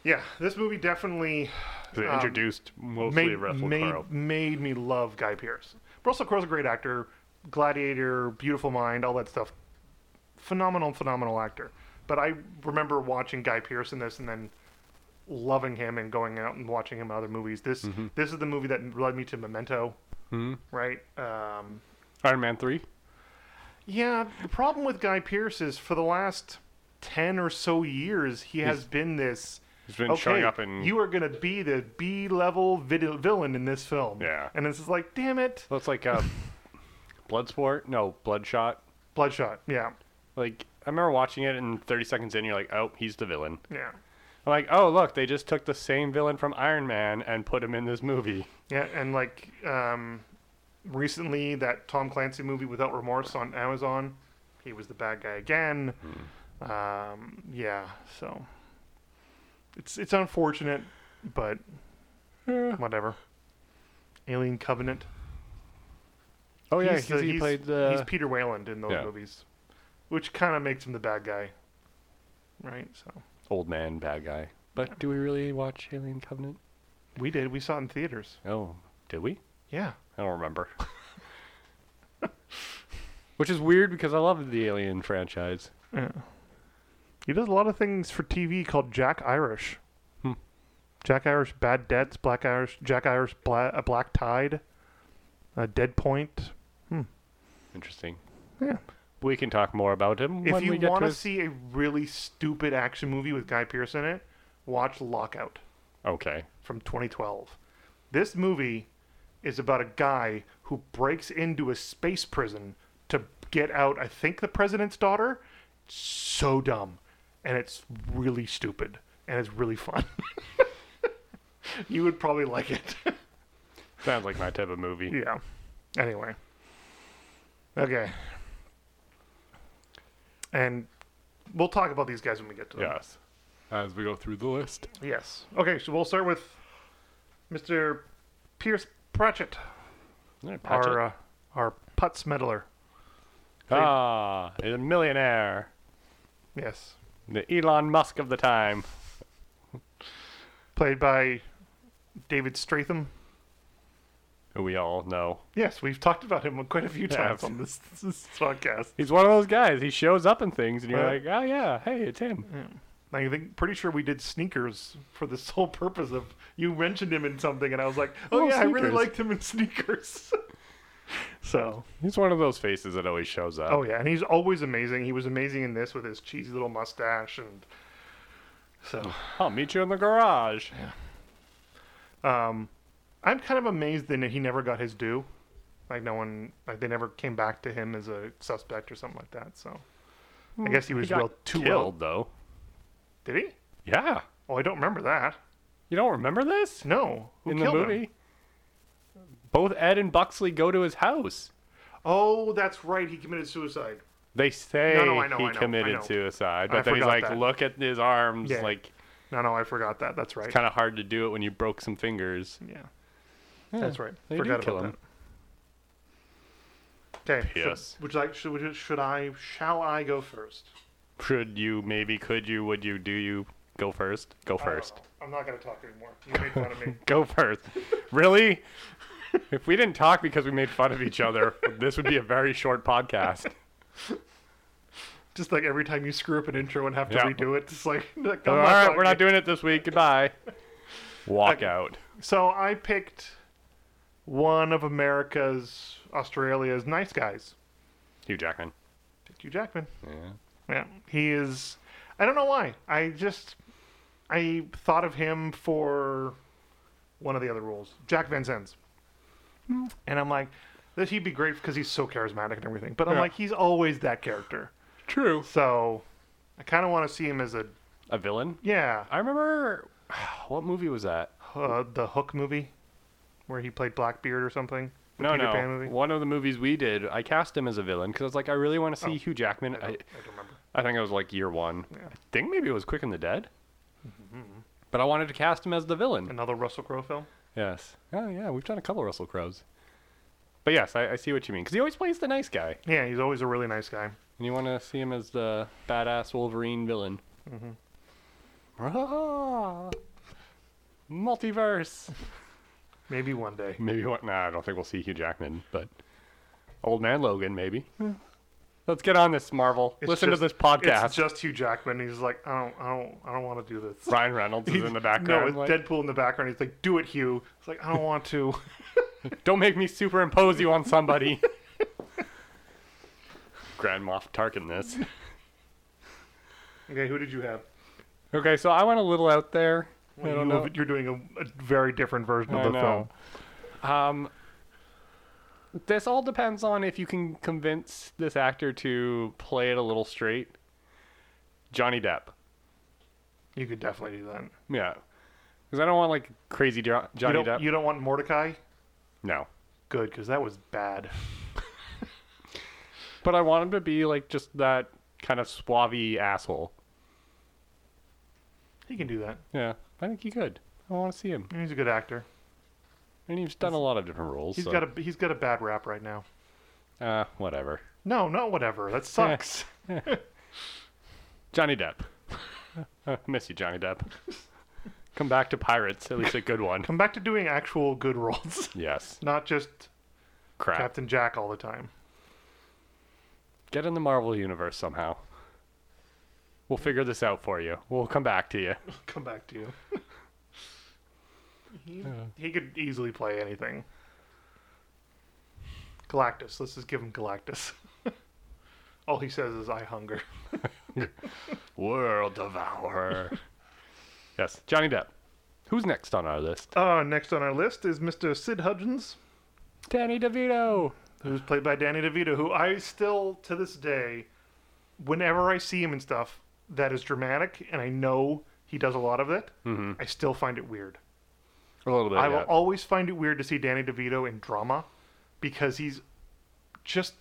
[SPEAKER 2] Yeah, this movie definitely
[SPEAKER 1] They
[SPEAKER 2] Um,
[SPEAKER 1] introduced mostly
[SPEAKER 2] made,
[SPEAKER 1] Russell
[SPEAKER 2] made,
[SPEAKER 1] Crowe.
[SPEAKER 2] made me love Guy Pearce. Russell Crowe's a great actor, Gladiator, Beautiful Mind, all that stuff. Phenomenal, phenomenal actor. But I remember watching Guy Pearce in this and then loving him and going out and watching him in other movies. This this is the movie that led me to Memento,
[SPEAKER 1] Mhm.
[SPEAKER 2] right? Um,
[SPEAKER 1] Iron Man three.
[SPEAKER 2] yeah, the problem with Guy Pearce is for the last ten or so years he has been this
[SPEAKER 1] He's been
[SPEAKER 2] okay,
[SPEAKER 1] showing up in.
[SPEAKER 2] you are going to be the B level vid- villain in this film.
[SPEAKER 1] Yeah.
[SPEAKER 2] And it's just like, damn it.
[SPEAKER 1] Looks like uh, Bloodsport. No, Bloodshot.
[SPEAKER 2] Bloodshot. Yeah.
[SPEAKER 1] Like I remember watching it, and 30 seconds in, you're like, "Oh, he's the villain."
[SPEAKER 2] Yeah.
[SPEAKER 1] I'm like, "Oh, look, they just took the same villain from Iron Man and put him in this movie."
[SPEAKER 2] Yeah. And like, um, recently that Tom Clancy movie Without Remorse on Amazon, he was the bad guy again. Um, yeah. So it's, it's unfortunate, but
[SPEAKER 1] Eh.
[SPEAKER 2] whatever. Alien Covenant.
[SPEAKER 1] Oh yeah,
[SPEAKER 2] He's the-
[SPEAKER 1] he's- he
[SPEAKER 2] he's-
[SPEAKER 1] played uh, the.
[SPEAKER 2] He's Peter Wayland in those
[SPEAKER 1] Yeah.
[SPEAKER 2] movies, which kind of makes him the bad guy, right? So
[SPEAKER 1] old man bad guy. But do we really watch Alien Covenant?
[SPEAKER 2] we did. We saw it in theaters.
[SPEAKER 1] Oh, did we?
[SPEAKER 2] Yeah,
[SPEAKER 1] I don't remember. Which is weird because I love the Alien franchise.
[SPEAKER 2] he does a lot of things for TV called Jack Irish,
[SPEAKER 1] Hmm.
[SPEAKER 2] Jack Irish Bad Debts, Black Irish, Jack Irish Bla- uh, Black Tide, uh, Dead Point.
[SPEAKER 1] Interesting.
[SPEAKER 2] Yeah.
[SPEAKER 1] We can talk more about him
[SPEAKER 2] If
[SPEAKER 1] when
[SPEAKER 2] you
[SPEAKER 1] we get
[SPEAKER 2] want
[SPEAKER 1] to
[SPEAKER 2] to
[SPEAKER 1] his...
[SPEAKER 2] see a really stupid action movie with Guy Pearce in it, watch Lockout.
[SPEAKER 1] Okay.
[SPEAKER 2] from 2012. This movie is about a guy who breaks into a space prison to get out, I think, the president's daughter. So dumb. And it's really stupid. And it's really fun. you would probably like it.
[SPEAKER 1] Sounds like my type of movie.
[SPEAKER 2] yeah. Anyway. Okay. And we'll talk about these guys when we get to them.
[SPEAKER 1] Yes. As we go through the list.
[SPEAKER 2] Yes. Okay, so we'll start with Mr. Pierce Pratchett.
[SPEAKER 1] Yeah, Patch
[SPEAKER 2] our
[SPEAKER 1] it.
[SPEAKER 2] uh, our putz meddler.
[SPEAKER 1] ah, he's a millionaire.
[SPEAKER 2] Yes,
[SPEAKER 1] The Elon Musk of the time.
[SPEAKER 2] played by David Stratham.
[SPEAKER 1] Who we all know.
[SPEAKER 2] Yes, we've talked about him quite a few times
[SPEAKER 1] Yeah.
[SPEAKER 2] on this, this podcast.
[SPEAKER 1] He's one of those guys. He shows up in things and you're
[SPEAKER 2] Right.
[SPEAKER 1] like, oh yeah, hey, it's him.
[SPEAKER 2] Mm. I think pretty sure we did sneakers for the sole purpose of you mentioned him in something, and I was like, oh,
[SPEAKER 1] Oh,
[SPEAKER 2] yeah, I really
[SPEAKER 1] Sneakers.
[SPEAKER 2] liked him in sneakers. so,
[SPEAKER 1] He's one of those faces that always shows up.
[SPEAKER 2] oh yeah, and he's always amazing. He was amazing in this with his cheesy little mustache and so.
[SPEAKER 1] I'll meet you in the garage.
[SPEAKER 2] Um, I'm kind of amazed that he never got his due. Like no one, like they never came back to him as a suspect or something like that. So I guess he was
[SPEAKER 1] got
[SPEAKER 2] well too well.
[SPEAKER 1] Killed though.
[SPEAKER 2] Did he?
[SPEAKER 1] Yeah.
[SPEAKER 2] Oh, I don't remember that.
[SPEAKER 1] You don't remember this?
[SPEAKER 2] No, who
[SPEAKER 1] in the
[SPEAKER 2] killed him?
[SPEAKER 1] movie? Both Ed and Buxley go to his house.
[SPEAKER 2] Oh, that's right. He committed suicide.
[SPEAKER 1] They say
[SPEAKER 2] No, no, I know,
[SPEAKER 1] he
[SPEAKER 2] I know, I
[SPEAKER 1] committed
[SPEAKER 2] know.
[SPEAKER 1] suicide,
[SPEAKER 2] I
[SPEAKER 1] but then he's
[SPEAKER 2] forgot
[SPEAKER 1] like,
[SPEAKER 2] that.
[SPEAKER 1] look at his arms.
[SPEAKER 2] Yeah.
[SPEAKER 1] Like,
[SPEAKER 2] No, no, I forgot that. That's right.
[SPEAKER 1] kind of hard to do it when you broke some fingers.
[SPEAKER 2] yeah. that's right.
[SPEAKER 1] they do
[SPEAKER 2] forgot
[SPEAKER 1] kill
[SPEAKER 2] about
[SPEAKER 1] him.
[SPEAKER 2] that. Okay.
[SPEAKER 1] Yes.
[SPEAKER 2] Should, would you like? Should, would you- should I? Shall I go first?
[SPEAKER 1] Should you, maybe, could you, would you, do you go first? Go
[SPEAKER 2] I don't
[SPEAKER 1] first.
[SPEAKER 2] know. I'm not gonna talk anymore. You made fun of me.
[SPEAKER 1] Go first. really? if we didn't talk because we made fun of each other, this would be a very short podcast.
[SPEAKER 2] Just like every time you screw up an intro and have to
[SPEAKER 1] Yeah.
[SPEAKER 2] redo it, it's like, like
[SPEAKER 1] All
[SPEAKER 2] I'm not
[SPEAKER 1] right, we're
[SPEAKER 2] talking.
[SPEAKER 1] not doing it this week. Goodbye. Walk
[SPEAKER 2] Okay.
[SPEAKER 1] out.
[SPEAKER 2] So I picked one of America's, Australia's nice guys.
[SPEAKER 1] Hugh Jackman.
[SPEAKER 2] Picked Hugh Jackman.
[SPEAKER 1] Yeah.
[SPEAKER 2] Yeah, he is. I don't know why. I just I thought of him for one of the other roles, Jack Van Zandt's,
[SPEAKER 1] Hmm.
[SPEAKER 2] and I'm like, that he'd be great because he's so charismatic and everything. But I'm
[SPEAKER 1] Yeah.
[SPEAKER 2] like, he's always that character.
[SPEAKER 1] True.
[SPEAKER 2] So I kind of want to see him as a
[SPEAKER 1] A villain?
[SPEAKER 2] yeah,
[SPEAKER 1] I remember. What movie was that?
[SPEAKER 2] uh, the Hook movie where he played Blackbeard or something. The
[SPEAKER 1] no,
[SPEAKER 2] Peter
[SPEAKER 1] no.
[SPEAKER 2] Pan movie.
[SPEAKER 1] One of the movies we did, I cast him as a villain because I was like, I really want to see
[SPEAKER 2] Oh,
[SPEAKER 1] Hugh Jackman.
[SPEAKER 2] I don't,
[SPEAKER 1] I,
[SPEAKER 2] I don't remember.
[SPEAKER 1] I think it was like year one.
[SPEAKER 2] Yeah.
[SPEAKER 1] I think maybe it was Quick and the Dead. But I wanted to cast him as the villain.
[SPEAKER 2] Another Russell Crowe film.
[SPEAKER 1] yes. Oh, yeah. We've done a couple Russell Crowe's. But yes, I, I see what you mean because he always plays the nice guy.
[SPEAKER 2] Yeah, he's always a really nice guy.
[SPEAKER 1] And you want to see him as the badass Wolverine villain. Mm-hmm. Multiverse.
[SPEAKER 2] Maybe one day.
[SPEAKER 1] Maybe what? Nah, I don't think we'll see Hugh Jackman, but Old Man Logan, maybe. Let's get on this, Marvel.
[SPEAKER 2] It's
[SPEAKER 1] Listen
[SPEAKER 2] just-
[SPEAKER 1] to this podcast.
[SPEAKER 2] It's just Hugh Jackman. He's like, I don't, I don't, I don't want to do this.
[SPEAKER 1] Ryan Reynolds is
[SPEAKER 2] He's-
[SPEAKER 1] in the background.
[SPEAKER 2] No, it's
[SPEAKER 1] like,
[SPEAKER 2] Deadpool in the background. He's like, do it, Hugh. It's like, I don't want to.
[SPEAKER 1] Don't make me superimpose you on somebody. Grand Moff Tarkin, this.
[SPEAKER 2] okay, who did you have?
[SPEAKER 1] Okay, so I went a little out there. I don't
[SPEAKER 2] you,
[SPEAKER 1] know.
[SPEAKER 2] You're doing a, a very different version of
[SPEAKER 1] I
[SPEAKER 2] the
[SPEAKER 1] know. Um, this all depends on if you can convince this actor to play it a little straight. Johnny Depp.
[SPEAKER 2] film. You could definitely do that.
[SPEAKER 1] Yeah. Because I don't want like crazy Jo- Johnny
[SPEAKER 2] you don't,
[SPEAKER 1] Depp.
[SPEAKER 2] You don't want Mordecai?
[SPEAKER 1] No.
[SPEAKER 2] Good, because that was bad.
[SPEAKER 1] But I want him to be like just that kind of suave asshole.
[SPEAKER 2] He can do that.
[SPEAKER 1] Yeah. I think he could. I want to see him.
[SPEAKER 2] He's a good actor.
[SPEAKER 1] And he's done a lot of different roles.
[SPEAKER 2] He's
[SPEAKER 1] so,
[SPEAKER 2] got a he's got a bad rap right now.
[SPEAKER 1] Uh, whatever.
[SPEAKER 2] No, no, whatever. That sucks.
[SPEAKER 1] Johnny Depp. Uh, miss you, Johnny Depp. Come back to Pirates, at least a good one.
[SPEAKER 2] Come back to doing actual good roles,
[SPEAKER 1] Yes.
[SPEAKER 2] not just
[SPEAKER 1] Crap.
[SPEAKER 2] Captain Jack all the time.
[SPEAKER 1] Get in the Marvel universe somehow. We'll figure this out for you. We'll come back to you.
[SPEAKER 2] Come back to you. he, he could easily play anything. Galactus. Let's just give him Galactus. all he says is "I hunger."
[SPEAKER 1] World Devourer. yes, Johnny Depp. Who's next on our list?
[SPEAKER 2] Uh, next on our list is Mr. Sid Hudgens.
[SPEAKER 1] Danny DeVito.
[SPEAKER 2] who's played by Danny DeVito, who I still to this day, whenever I see him and stuff that is dramatic, and I know he does a lot of it,
[SPEAKER 1] Mm-hmm.
[SPEAKER 2] I still find it weird.
[SPEAKER 1] A little bit.
[SPEAKER 2] I will
[SPEAKER 1] yeah.
[SPEAKER 2] always find it weird to see Danny DeVito in drama because he's just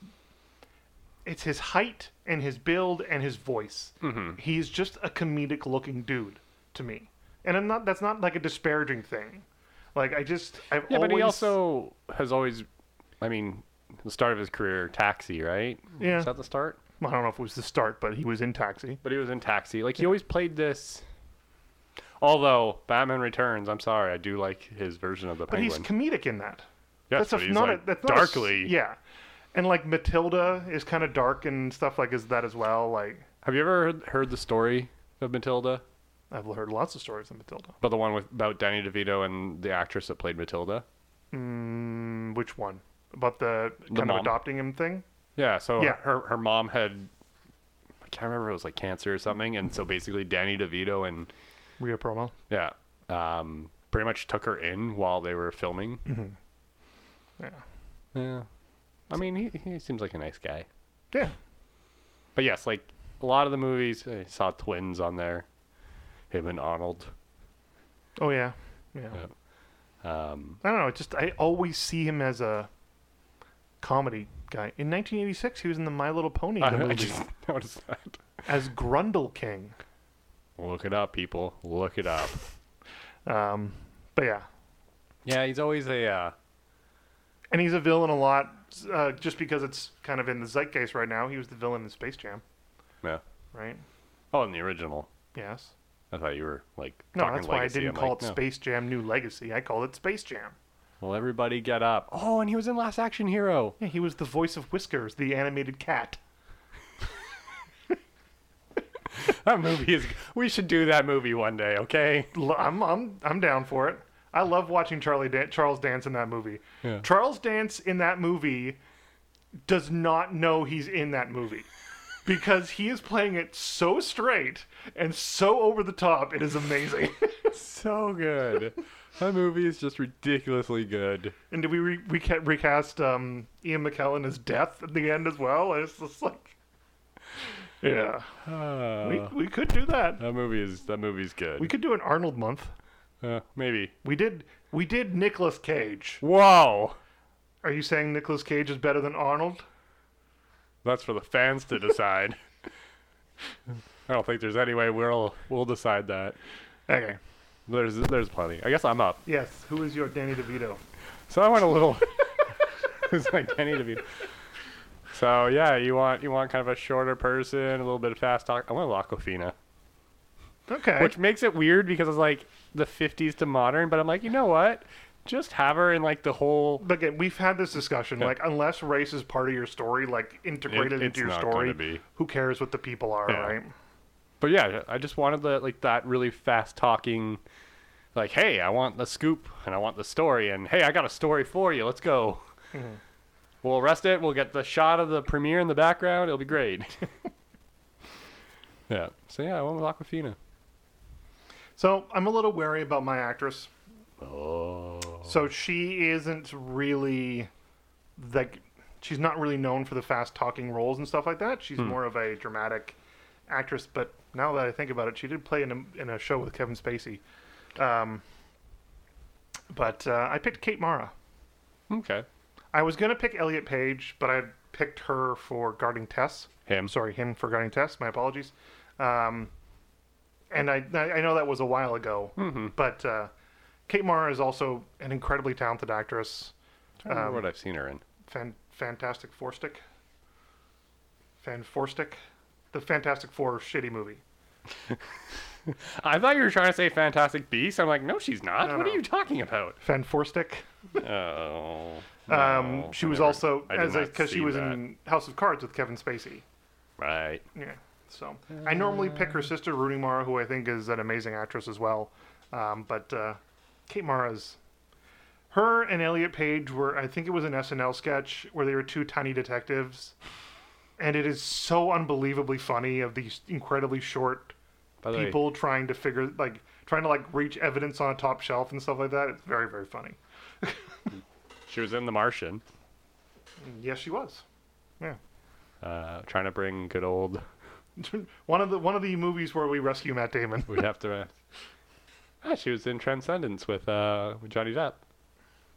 [SPEAKER 2] it's his height and his build and his voice.
[SPEAKER 1] Mm-hmm.
[SPEAKER 2] He's just a comedic looking dude to me. And I'm not that's not like a disparaging thing. Like I just I've
[SPEAKER 1] yeah,
[SPEAKER 2] always
[SPEAKER 1] but he also has always, I mean, the start of his career, Taxi, right?
[SPEAKER 2] Yeah.
[SPEAKER 1] Is that the start?
[SPEAKER 2] I don't know if it was the start, but he was in Taxi.
[SPEAKER 1] But he was in Taxi. Like, he always played this. Although, Batman Returns, I'm sorry, I do like his version of the
[SPEAKER 2] But
[SPEAKER 1] penguin.
[SPEAKER 2] he's comedic in that.
[SPEAKER 1] Yes,
[SPEAKER 2] that's a,
[SPEAKER 1] but he's,
[SPEAKER 2] not
[SPEAKER 1] like,
[SPEAKER 2] a, that's not a s-
[SPEAKER 1] darkly.
[SPEAKER 2] yeah, and like Matilda is kind of dark and stuff like is that as well. Like
[SPEAKER 1] Have you ever heard, heard the story of Matilda?
[SPEAKER 2] I've heard lots of stories of Matilda.
[SPEAKER 1] But the one with about Danny DeVito and the actress that played Matilda.
[SPEAKER 2] Mm, which one? About the
[SPEAKER 1] The
[SPEAKER 2] kind of
[SPEAKER 1] mom.
[SPEAKER 2] adopting him thing.
[SPEAKER 1] Yeah, so
[SPEAKER 2] Yeah.
[SPEAKER 1] her her mom had I can't remember it was like cancer or something, and so basically Danny DeVito and
[SPEAKER 2] Rhea Promo.
[SPEAKER 1] yeah, um, pretty much took her in while they were filming.
[SPEAKER 2] Mm-hmm. Yeah.
[SPEAKER 1] Yeah, I mean he he seems like a nice guy,
[SPEAKER 2] Yeah.
[SPEAKER 1] but yes, like a lot of the movies I saw twins on there, him and Arnold.
[SPEAKER 2] Oh yeah. Yeah.
[SPEAKER 1] Yeah. Um,
[SPEAKER 2] I don't know. It just I always see him as a comedy guy. In 1986, he was in the My Little Pony the
[SPEAKER 1] I, I
[SPEAKER 2] movie
[SPEAKER 1] just noticed that.
[SPEAKER 2] as Grundle King.
[SPEAKER 1] Look it up, people. Look it up.
[SPEAKER 2] Um, but yeah,
[SPEAKER 1] yeah, he's always a uh,
[SPEAKER 2] and he's a villain a lot uh, just because it's kind of in the zeitgeist right now. He was the villain in Space Jam,
[SPEAKER 1] yeah.
[SPEAKER 2] right?
[SPEAKER 1] Oh, in the original.
[SPEAKER 2] Yes.
[SPEAKER 1] I thought you were like
[SPEAKER 2] No,
[SPEAKER 1] talking
[SPEAKER 2] that's why I
[SPEAKER 1] legacy.
[SPEAKER 2] didn't
[SPEAKER 1] I'm
[SPEAKER 2] call
[SPEAKER 1] like,
[SPEAKER 2] it
[SPEAKER 1] no.
[SPEAKER 2] Space Jam New Legacy. I called it Space Jam.
[SPEAKER 1] Well, everybody get up. Oh, and he was in Last Action Hero.
[SPEAKER 2] Yeah, he was the voice of Whiskers, the animated cat.
[SPEAKER 1] That movie is. We should do that movie one day, okay?
[SPEAKER 2] L- I'm, I'm, I'm down for it. I love watching Charlie Dan- Charles dance in that movie.
[SPEAKER 1] Yeah.
[SPEAKER 2] Charles Dance in that movie does not know he's in that movie because he is playing it so straight and so over the top. It is amazing.
[SPEAKER 1] So good. that movie is just ridiculously good.
[SPEAKER 2] And did we re- we ca- recast um, Ian McKellen as Death at the end as well? It's just like, yeah,
[SPEAKER 1] Uh,
[SPEAKER 2] we, we could do that.
[SPEAKER 1] that movie is that movie's good.
[SPEAKER 2] We could do an Arnold month.
[SPEAKER 1] uh, maybe.
[SPEAKER 2] We did we did Nicolas Cage.
[SPEAKER 1] Whoa,
[SPEAKER 2] Are you saying Nicolas Cage is better than Arnold?
[SPEAKER 1] that's for the fans to decide. I don't think there's any way we'll we'll decide that.
[SPEAKER 2] Okay.
[SPEAKER 1] There's there's plenty. I guess I'm up.
[SPEAKER 2] Yes. Who is your Danny DeVito?
[SPEAKER 1] So I went a little. it's like Danny DeVito. So yeah, you want you want kind of a shorter person, a little bit of fast talk. I want Aquafina,
[SPEAKER 2] Okay.
[SPEAKER 1] which makes it weird because it's like the 50s to modern. But I'm like, you know what? Just have her in like the whole.
[SPEAKER 2] but again, we've had this discussion. Like, unless race is part of your story, like integrated
[SPEAKER 1] It- it's
[SPEAKER 2] into your
[SPEAKER 1] not gonna
[SPEAKER 2] story,
[SPEAKER 1] be.
[SPEAKER 2] who cares what the people are,
[SPEAKER 1] Yeah.
[SPEAKER 2] right?
[SPEAKER 1] But yeah, I just wanted the like that really fast talking, like, hey, I want the scoop and I want the story and hey, I got a story for you. Let's go.
[SPEAKER 2] Mm-hmm.
[SPEAKER 1] We'll arrest it. We'll get the shot of the premiere in the background. It'll be great. yeah. So yeah, I went with Aquafina.
[SPEAKER 2] So I'm a little wary about my actress.
[SPEAKER 1] Oh.
[SPEAKER 2] So she isn't really like she's not really known for the fast talking roles and stuff like that. She's more of a dramatic actress. But now that I think about it, she did play in a, in a show with Kevin Spacey. Um, but uh, I picked Kate Mara.
[SPEAKER 1] Okay.
[SPEAKER 2] I was gonna pick Elliot Page, but I picked her for guarding Tess.
[SPEAKER 1] Him.
[SPEAKER 2] I'm sorry, him for guarding Tess. My apologies. Um, and I, I I know that was a while ago,
[SPEAKER 1] Mm-hmm.
[SPEAKER 2] but uh, Kate Mara is also an incredibly talented actress.
[SPEAKER 1] I don't remember
[SPEAKER 2] Um,
[SPEAKER 1] what I've seen her in.
[SPEAKER 2] Fan, Fantastic Four stick. Fan Four stick. The Fantastic Four shitty movie.
[SPEAKER 1] I thought you were trying to say Fantastic Beast. I'm like, no, she's not.
[SPEAKER 2] No,
[SPEAKER 1] what
[SPEAKER 2] no.
[SPEAKER 1] are you talking about?
[SPEAKER 2] Fan Four stick.
[SPEAKER 1] Oh.
[SPEAKER 2] Um,
[SPEAKER 1] no,
[SPEAKER 2] she
[SPEAKER 1] I
[SPEAKER 2] was
[SPEAKER 1] never-
[SPEAKER 2] also
[SPEAKER 1] I did
[SPEAKER 2] as
[SPEAKER 1] not
[SPEAKER 2] because she
[SPEAKER 1] see
[SPEAKER 2] was
[SPEAKER 1] that.
[SPEAKER 2] in House of Cards with Kevin Spacey.
[SPEAKER 1] Right.
[SPEAKER 2] Yeah. So I normally pick her sister Rooney Mara, who I think is an amazing actress as well. Um, but uh, Kate Mara's, her and Elliot Page were. I think it was an SNL sketch where they were two tiny detectives, and it is so unbelievably funny of these incredibly short
[SPEAKER 1] By the way,
[SPEAKER 2] people trying to figure like trying to like reach evidence on a top shelf and stuff like that. It's very very funny.
[SPEAKER 1] she was in The Martian,
[SPEAKER 2] Yes, she was. Yeah.
[SPEAKER 1] uh, trying to bring good old.
[SPEAKER 2] one of the one of the movies where we rescue Matt Damon.
[SPEAKER 1] We'd have to. Uh, ah, she was in Transcendence with uh, with Johnny Depp.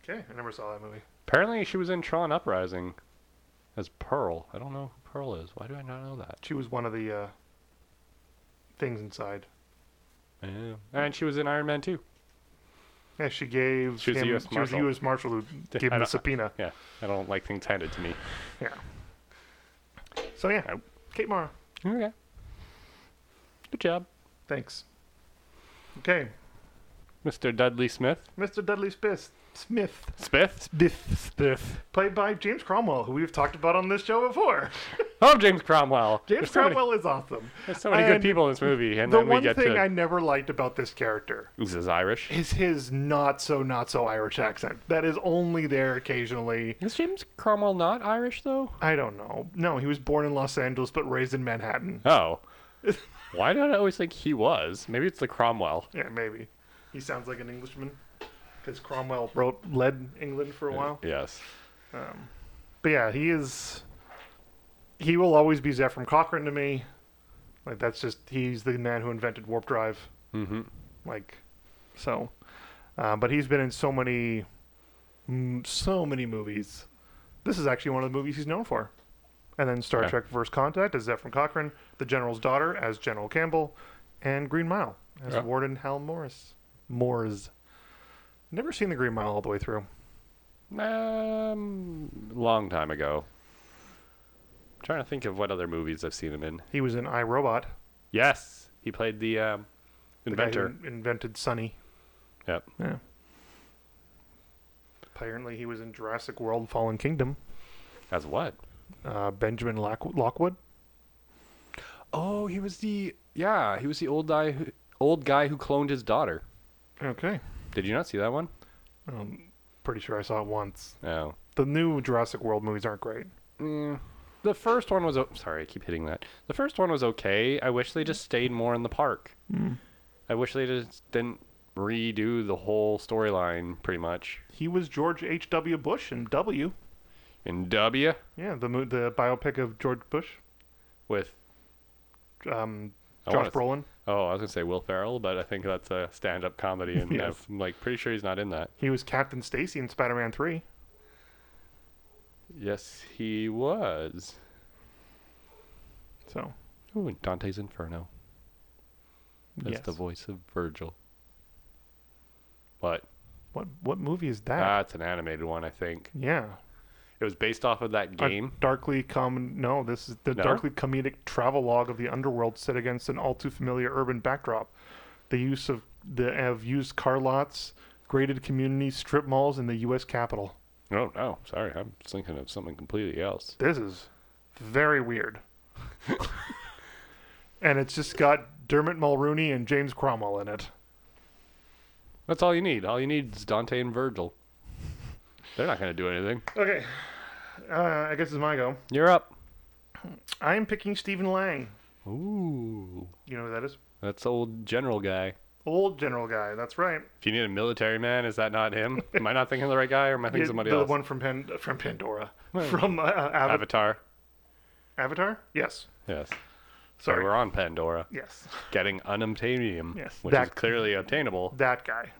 [SPEAKER 2] Okay, I never saw that movie.
[SPEAKER 1] Apparently, she was in Tron Uprising as Pearl. I don't know who Pearl is. Why do I not know that?
[SPEAKER 2] She was one of the uh, things inside.
[SPEAKER 1] Yeah. And she was in Iron Man 2.
[SPEAKER 2] Yeah, she gave
[SPEAKER 1] She was a
[SPEAKER 2] him-
[SPEAKER 1] US
[SPEAKER 2] she was a
[SPEAKER 1] Marshal.
[SPEAKER 2] U.S. Marshal who gave
[SPEAKER 1] I
[SPEAKER 2] him the
[SPEAKER 1] don't-
[SPEAKER 2] subpoena.
[SPEAKER 1] Yeah. I don't like things handed to me.
[SPEAKER 2] Yeah. So yeah,
[SPEAKER 1] Nope.
[SPEAKER 2] Kate Mara.
[SPEAKER 1] Okay. Good job,
[SPEAKER 2] Thanks. Okay,
[SPEAKER 1] Mr. Dudley Smith.
[SPEAKER 2] Mr. Dudley Smith. Smith,
[SPEAKER 1] Smith? Smith. Smith.
[SPEAKER 2] played by James Cromwell, who we've talked about on this show before.
[SPEAKER 1] Oh, James Cromwell.
[SPEAKER 2] James
[SPEAKER 1] There's so many-
[SPEAKER 2] Cromwell is awesome.
[SPEAKER 1] There's so many good
[SPEAKER 2] And
[SPEAKER 1] people in this movie, and
[SPEAKER 2] The
[SPEAKER 1] then we
[SPEAKER 2] one
[SPEAKER 1] get
[SPEAKER 2] thing
[SPEAKER 1] to
[SPEAKER 2] I never liked about this character
[SPEAKER 1] this is Irish.
[SPEAKER 2] is his not so not so Irish accent. That is only there occasionally.
[SPEAKER 1] Is James Cromwell not Irish though?
[SPEAKER 2] I don't know. No, he was born in Los Angeles but raised in Manhattan.
[SPEAKER 1] Oh, why did I always think he was? Maybe it's the Cromwell.
[SPEAKER 2] Yeah, maybe. He sounds like an Englishman because Cromwell wrote led England for a while.
[SPEAKER 1] Yes.
[SPEAKER 2] But yeah, he is. He will always be Zephram Cochrane to me. Like that's just he's the man who invented warp drive.
[SPEAKER 1] Mm-hmm.
[SPEAKER 2] Like, so. Uh, but he's been in so many, mm, so many movies. This is actually one of the movies he's known for. And then Star
[SPEAKER 1] Okay.
[SPEAKER 2] Trek: First Contact as Zephram Cochrane, The General's Daughter as General Campbell, and Green Mile as
[SPEAKER 1] Yeah.
[SPEAKER 2] Warden Hal Morris. Moores. Never seen the Green Mile all the way through.
[SPEAKER 1] Um, long time ago. I'm trying to think of what other movies I've seen him in.
[SPEAKER 2] He was in I Robot.
[SPEAKER 1] Yes, he played the um,
[SPEAKER 2] the guy who
[SPEAKER 1] inventor.
[SPEAKER 2] invented Sunny.
[SPEAKER 1] Yep.
[SPEAKER 2] Yeah. Apparently, he was in Jurassic World: Fallen Kingdom.
[SPEAKER 1] As what?
[SPEAKER 2] Uh, Benjamin Lock- Lockwood.
[SPEAKER 1] Oh, he was the yeah. He was the old guy who, old guy who cloned his daughter.
[SPEAKER 2] Okay.
[SPEAKER 1] Did you not see that one?
[SPEAKER 2] Um, pretty sure I saw it once.
[SPEAKER 1] Oh.
[SPEAKER 2] The new Jurassic World movies aren't great.
[SPEAKER 1] Mm, the first one was o- sorry, I keep hitting that. The first one was okay. I wish they just stayed more in the park.
[SPEAKER 2] Mm.
[SPEAKER 1] I wish they just didn't redo the whole storyline pretty much.
[SPEAKER 2] He was George H. W. Bush in W.
[SPEAKER 1] In W
[SPEAKER 2] Yeah, the mo- the biopic of George Bush.
[SPEAKER 1] with
[SPEAKER 2] Um,
[SPEAKER 1] I
[SPEAKER 2] Josh
[SPEAKER 1] wanna s-
[SPEAKER 2] Brolin.
[SPEAKER 1] oh, I was gonna say Will Ferrell, but I think that's a stand-up comedy, and
[SPEAKER 2] Yes.
[SPEAKER 1] I'm like pretty sure he's not in that.
[SPEAKER 2] He was Captain Stacy in Spider-Man Three.
[SPEAKER 1] Yes, he was.
[SPEAKER 2] So
[SPEAKER 1] Ooh, and Dante's Inferno. That's
[SPEAKER 2] yes.
[SPEAKER 1] the voice of Virgil. What?
[SPEAKER 2] what what movie is that?
[SPEAKER 1] That's an animated one, I think.
[SPEAKER 2] yeah,
[SPEAKER 1] It was based off of that
[SPEAKER 2] A
[SPEAKER 1] game.
[SPEAKER 2] darkly com no, this is the
[SPEAKER 1] No?
[SPEAKER 2] darkly comedic travelogue of the underworld set against an all too familiar urban backdrop. The use of the of used car lots, graded communities, strip malls in the US capital.
[SPEAKER 1] Oh no, sorry, I'm thinking of something completely else.
[SPEAKER 2] This is very weird. and it's just got Dermot Mulrooney and James Cromwell in it.
[SPEAKER 1] That's all you need. All you need is Dante and Virgil. They're not gonna do anything.
[SPEAKER 2] Okay. Uh, I guess it's my go.
[SPEAKER 1] You're up.
[SPEAKER 2] I am picking Stephen Lang.
[SPEAKER 1] Ooh,
[SPEAKER 2] You know who that is?
[SPEAKER 1] that's old general guy.
[SPEAKER 2] Old general guy. That's right.
[SPEAKER 1] If you need a military man, is that not him? Am I not thinking of the right guy, or am I thinking
[SPEAKER 2] Yeah,
[SPEAKER 1] somebody
[SPEAKER 2] the
[SPEAKER 1] else? Hmm.
[SPEAKER 2] one from Pan- from Pandora.
[SPEAKER 1] Well,
[SPEAKER 2] From uh, Ava-
[SPEAKER 1] Avatar.
[SPEAKER 2] Avatar? Yes.
[SPEAKER 1] Yes. Sorry,
[SPEAKER 2] Sorry.
[SPEAKER 1] we're on Pandora,
[SPEAKER 2] Yes.
[SPEAKER 1] getting unobtainium,
[SPEAKER 2] Yes,
[SPEAKER 1] which is
[SPEAKER 2] that-
[SPEAKER 1] clearly obtainable.
[SPEAKER 2] That guy.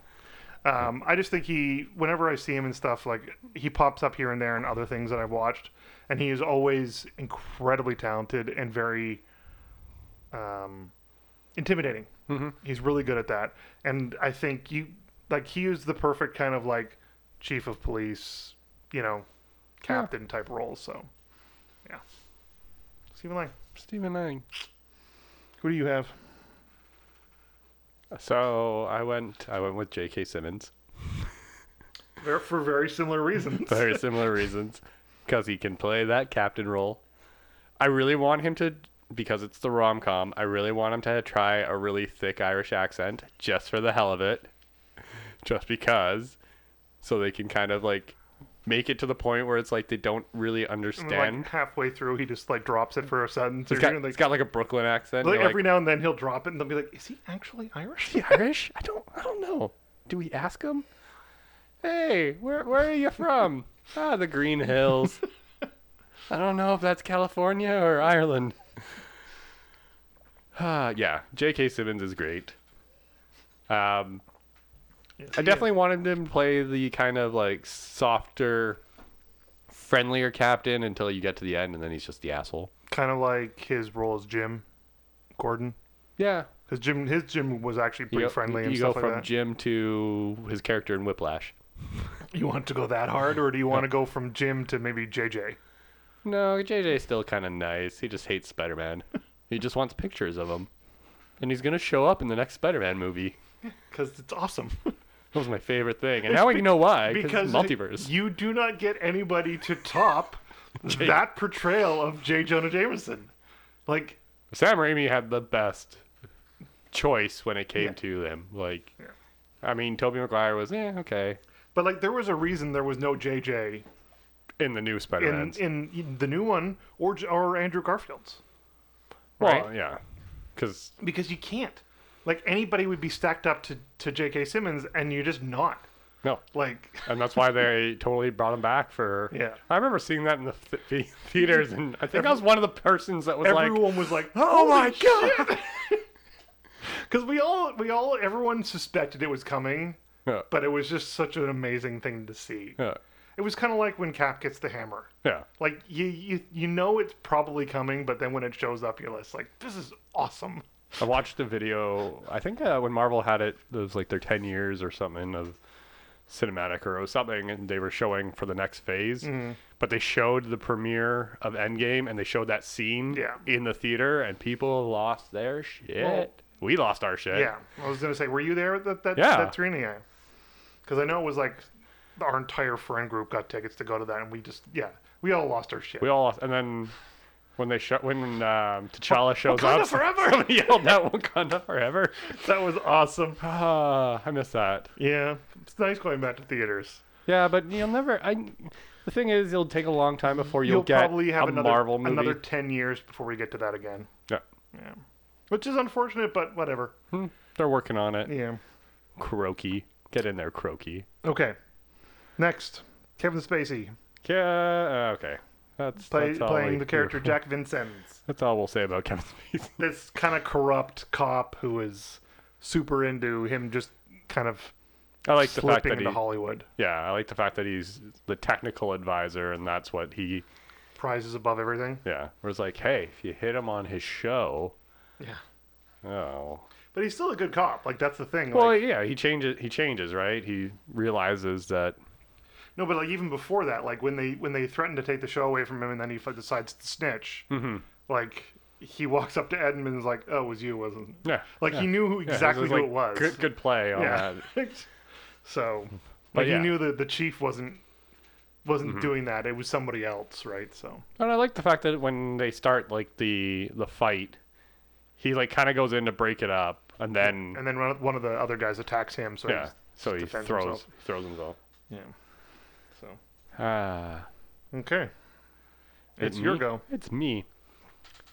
[SPEAKER 2] Um, I just think he, whenever I see him and stuff, like he pops up here and there in other things that I've watched, and he is always incredibly talented and very um, intimidating. Mm-hmm. He's really good at that, and I think you like he is the perfect kind of like chief of police, you know, captain type role. So, yeah, Stephen Lang.
[SPEAKER 1] Stephen Lang.
[SPEAKER 2] Who do you have?
[SPEAKER 1] So I went. I went with J.K. Simmons.
[SPEAKER 2] They're for very similar reasons.
[SPEAKER 1] very similar reasons because he can play that captain role. I really want him to because it's the rom com. I really want him to try a really thick Irish accent just for the hell of it, just because, so they can kind of like make it to the point where it's like they don't really
[SPEAKER 2] And
[SPEAKER 1] understand.
[SPEAKER 2] then, like halfway through, he just like drops it for a sentence. Or
[SPEAKER 1] he's got,
[SPEAKER 2] something,
[SPEAKER 1] he's
[SPEAKER 2] like,
[SPEAKER 1] got like a Brooklyn accent.
[SPEAKER 2] like,
[SPEAKER 1] you're like,
[SPEAKER 2] every now and then he'll drop it, and they'll be like, "Is he actually Irish?"
[SPEAKER 1] he Irish? I don't I don't know. Do we ask him? Hey, where where are you from? ah, the Green Hills. I don't know if that's California or Ireland. Ah, yeah, J.K. Simmons is great. Um, I definitely wanted him to play the kind of like softer, friendlier captain until you get to the end, and then he's just the asshole.
[SPEAKER 2] kind of like his role as Jim Gordon.
[SPEAKER 1] Yeah,
[SPEAKER 2] His Jim, his Jim was actually pretty
[SPEAKER 1] you go,
[SPEAKER 2] friendly
[SPEAKER 1] you
[SPEAKER 2] and
[SPEAKER 1] go
[SPEAKER 2] stuff like
[SPEAKER 1] from
[SPEAKER 2] that.
[SPEAKER 1] Jim to his character in Whiplash.
[SPEAKER 2] you want to go that hard, or do you want to go from Jim to maybe JJ?
[SPEAKER 1] No, JJ's still kind of nice. He just hates Spider Man. he just wants pictures of him. And he's going to show up in the next Spider Man movie.
[SPEAKER 2] Because it's awesome.
[SPEAKER 1] That was my favorite thing. And now I know why. Because
[SPEAKER 2] because
[SPEAKER 1] multiverse.
[SPEAKER 2] You do not get anybody to top that portrayal of J. Jonah Jameson. Like
[SPEAKER 1] Sam Raimi had the best choice when it came to him. Like,
[SPEAKER 2] Yeah.
[SPEAKER 1] I mean, Tobey Maguire was, eh, okay.
[SPEAKER 2] But like, there was a reason there was no JJ
[SPEAKER 1] In the new Spider
[SPEAKER 2] in
[SPEAKER 1] Man's.
[SPEAKER 2] in the new one or J- or Andrew Garfield's
[SPEAKER 1] Well,
[SPEAKER 2] right.
[SPEAKER 1] yeah. Because
[SPEAKER 2] because you can't. Like anybody would be stacked up to to J.K. Simmons, and you're just not.
[SPEAKER 1] No,
[SPEAKER 2] Like
[SPEAKER 1] and that's why they totally brought him back for.
[SPEAKER 2] Yeah.
[SPEAKER 1] I remember seeing that in the th- theaters, and I think I was one of the persons that was like,
[SPEAKER 2] everyone was like, "Oh my god!" Because we all we all everyone suspected it was coming,
[SPEAKER 1] Yeah.
[SPEAKER 2] but it was just such an amazing thing to see.
[SPEAKER 1] yeah,
[SPEAKER 2] It was kind of like when Cap gets the hammer.
[SPEAKER 1] yeah.
[SPEAKER 2] Like you, you you know it's probably coming, but then when it shows up, you're just like, "This is awesome."
[SPEAKER 1] I watched a video. I think uh, when Marvel had it, it was like their ten years or something of cinematic or something, and they were showing for the next phase.
[SPEAKER 2] Mm-hmm.
[SPEAKER 1] But they showed the premiere of Endgame, and they showed that scene
[SPEAKER 2] Yeah.
[SPEAKER 1] in the theater, and people lost their shit.
[SPEAKER 2] Well-
[SPEAKER 1] we lost our shit.
[SPEAKER 2] Yeah, I was gonna say, were you there at that that,
[SPEAKER 1] Yeah.
[SPEAKER 2] that screening? Because I know it was like our entire friend group got tickets to go to that, and we just yeah, we all lost our shit.
[SPEAKER 1] we all lost. And then when they show when um, T'Challa shows
[SPEAKER 2] Wakanda
[SPEAKER 1] up,
[SPEAKER 2] forever!
[SPEAKER 1] somebody yelled out Wakanda forever.
[SPEAKER 2] that was awesome.
[SPEAKER 1] Ah, I miss that.
[SPEAKER 2] Yeah, it's nice going back to theaters.
[SPEAKER 1] Yeah, but you'll never. I. The thing is, it'll take a long time before you'll,
[SPEAKER 2] You'll
[SPEAKER 1] get
[SPEAKER 2] probably
[SPEAKER 1] a
[SPEAKER 2] have another
[SPEAKER 1] Marvel movie.
[SPEAKER 2] another ten years before we get to that again.
[SPEAKER 1] Yeah,
[SPEAKER 2] Yeah, which is unfortunate, but whatever.
[SPEAKER 1] Hmm, they're working on it.
[SPEAKER 2] Yeah.
[SPEAKER 1] Croaky, get in there, Croaky.
[SPEAKER 2] Okay. Next, Kevin Spacey
[SPEAKER 1] Yeah, uh, okay. That's,
[SPEAKER 2] play,
[SPEAKER 1] that's all
[SPEAKER 2] playing
[SPEAKER 1] I-
[SPEAKER 2] the character Jack Vincennes.
[SPEAKER 1] That's all we'll say about Kevin Spacey.
[SPEAKER 2] this kind of corrupt cop who is super into him just kind of
[SPEAKER 1] I like the fact
[SPEAKER 2] slipping
[SPEAKER 1] that he.
[SPEAKER 2] into Hollywood.
[SPEAKER 1] Yeah, I like the fact that he's the technical advisor, and that's what he.
[SPEAKER 2] Prizes above everything.
[SPEAKER 1] Yeah, where it's like, hey, if you hit him on his show,
[SPEAKER 2] Yeah.
[SPEAKER 1] oh,
[SPEAKER 2] But he's still a good cop. Like that's the thing.
[SPEAKER 1] Well,
[SPEAKER 2] like,
[SPEAKER 1] yeah, he changes. He changes, right? He realizes that.
[SPEAKER 2] no, but like even before that, like when they when they threatened to take the show away from him, and then he f- decides to snitch.
[SPEAKER 1] Mm-hmm.
[SPEAKER 2] Like he walks up to Edmund and is like, "Oh, it was you, wasn't?" it?"
[SPEAKER 1] Yeah,
[SPEAKER 2] Like he knew who,
[SPEAKER 1] yeah,
[SPEAKER 2] exactly who
[SPEAKER 1] like,
[SPEAKER 2] it was.
[SPEAKER 1] Good, good play on
[SPEAKER 2] yeah.
[SPEAKER 1] that.
[SPEAKER 2] so, like
[SPEAKER 1] But yeah. Mm-hmm.
[SPEAKER 2] he knew that the chief wasn't wasn't doing that. It was somebody else, right? So
[SPEAKER 1] And I like the fact that when they start like the the fight, he like kind of goes in to break it up, and then
[SPEAKER 2] and then one of- one of the other guys attacks him. So
[SPEAKER 1] Mm. yeah,
[SPEAKER 2] he's-
[SPEAKER 1] so he
[SPEAKER 2] defends
[SPEAKER 1] throws
[SPEAKER 2] himself.
[SPEAKER 1] throws himself.
[SPEAKER 2] yeah. So
[SPEAKER 1] Ah,
[SPEAKER 2] okay, it's your
[SPEAKER 1] me.
[SPEAKER 2] go.
[SPEAKER 1] It's me.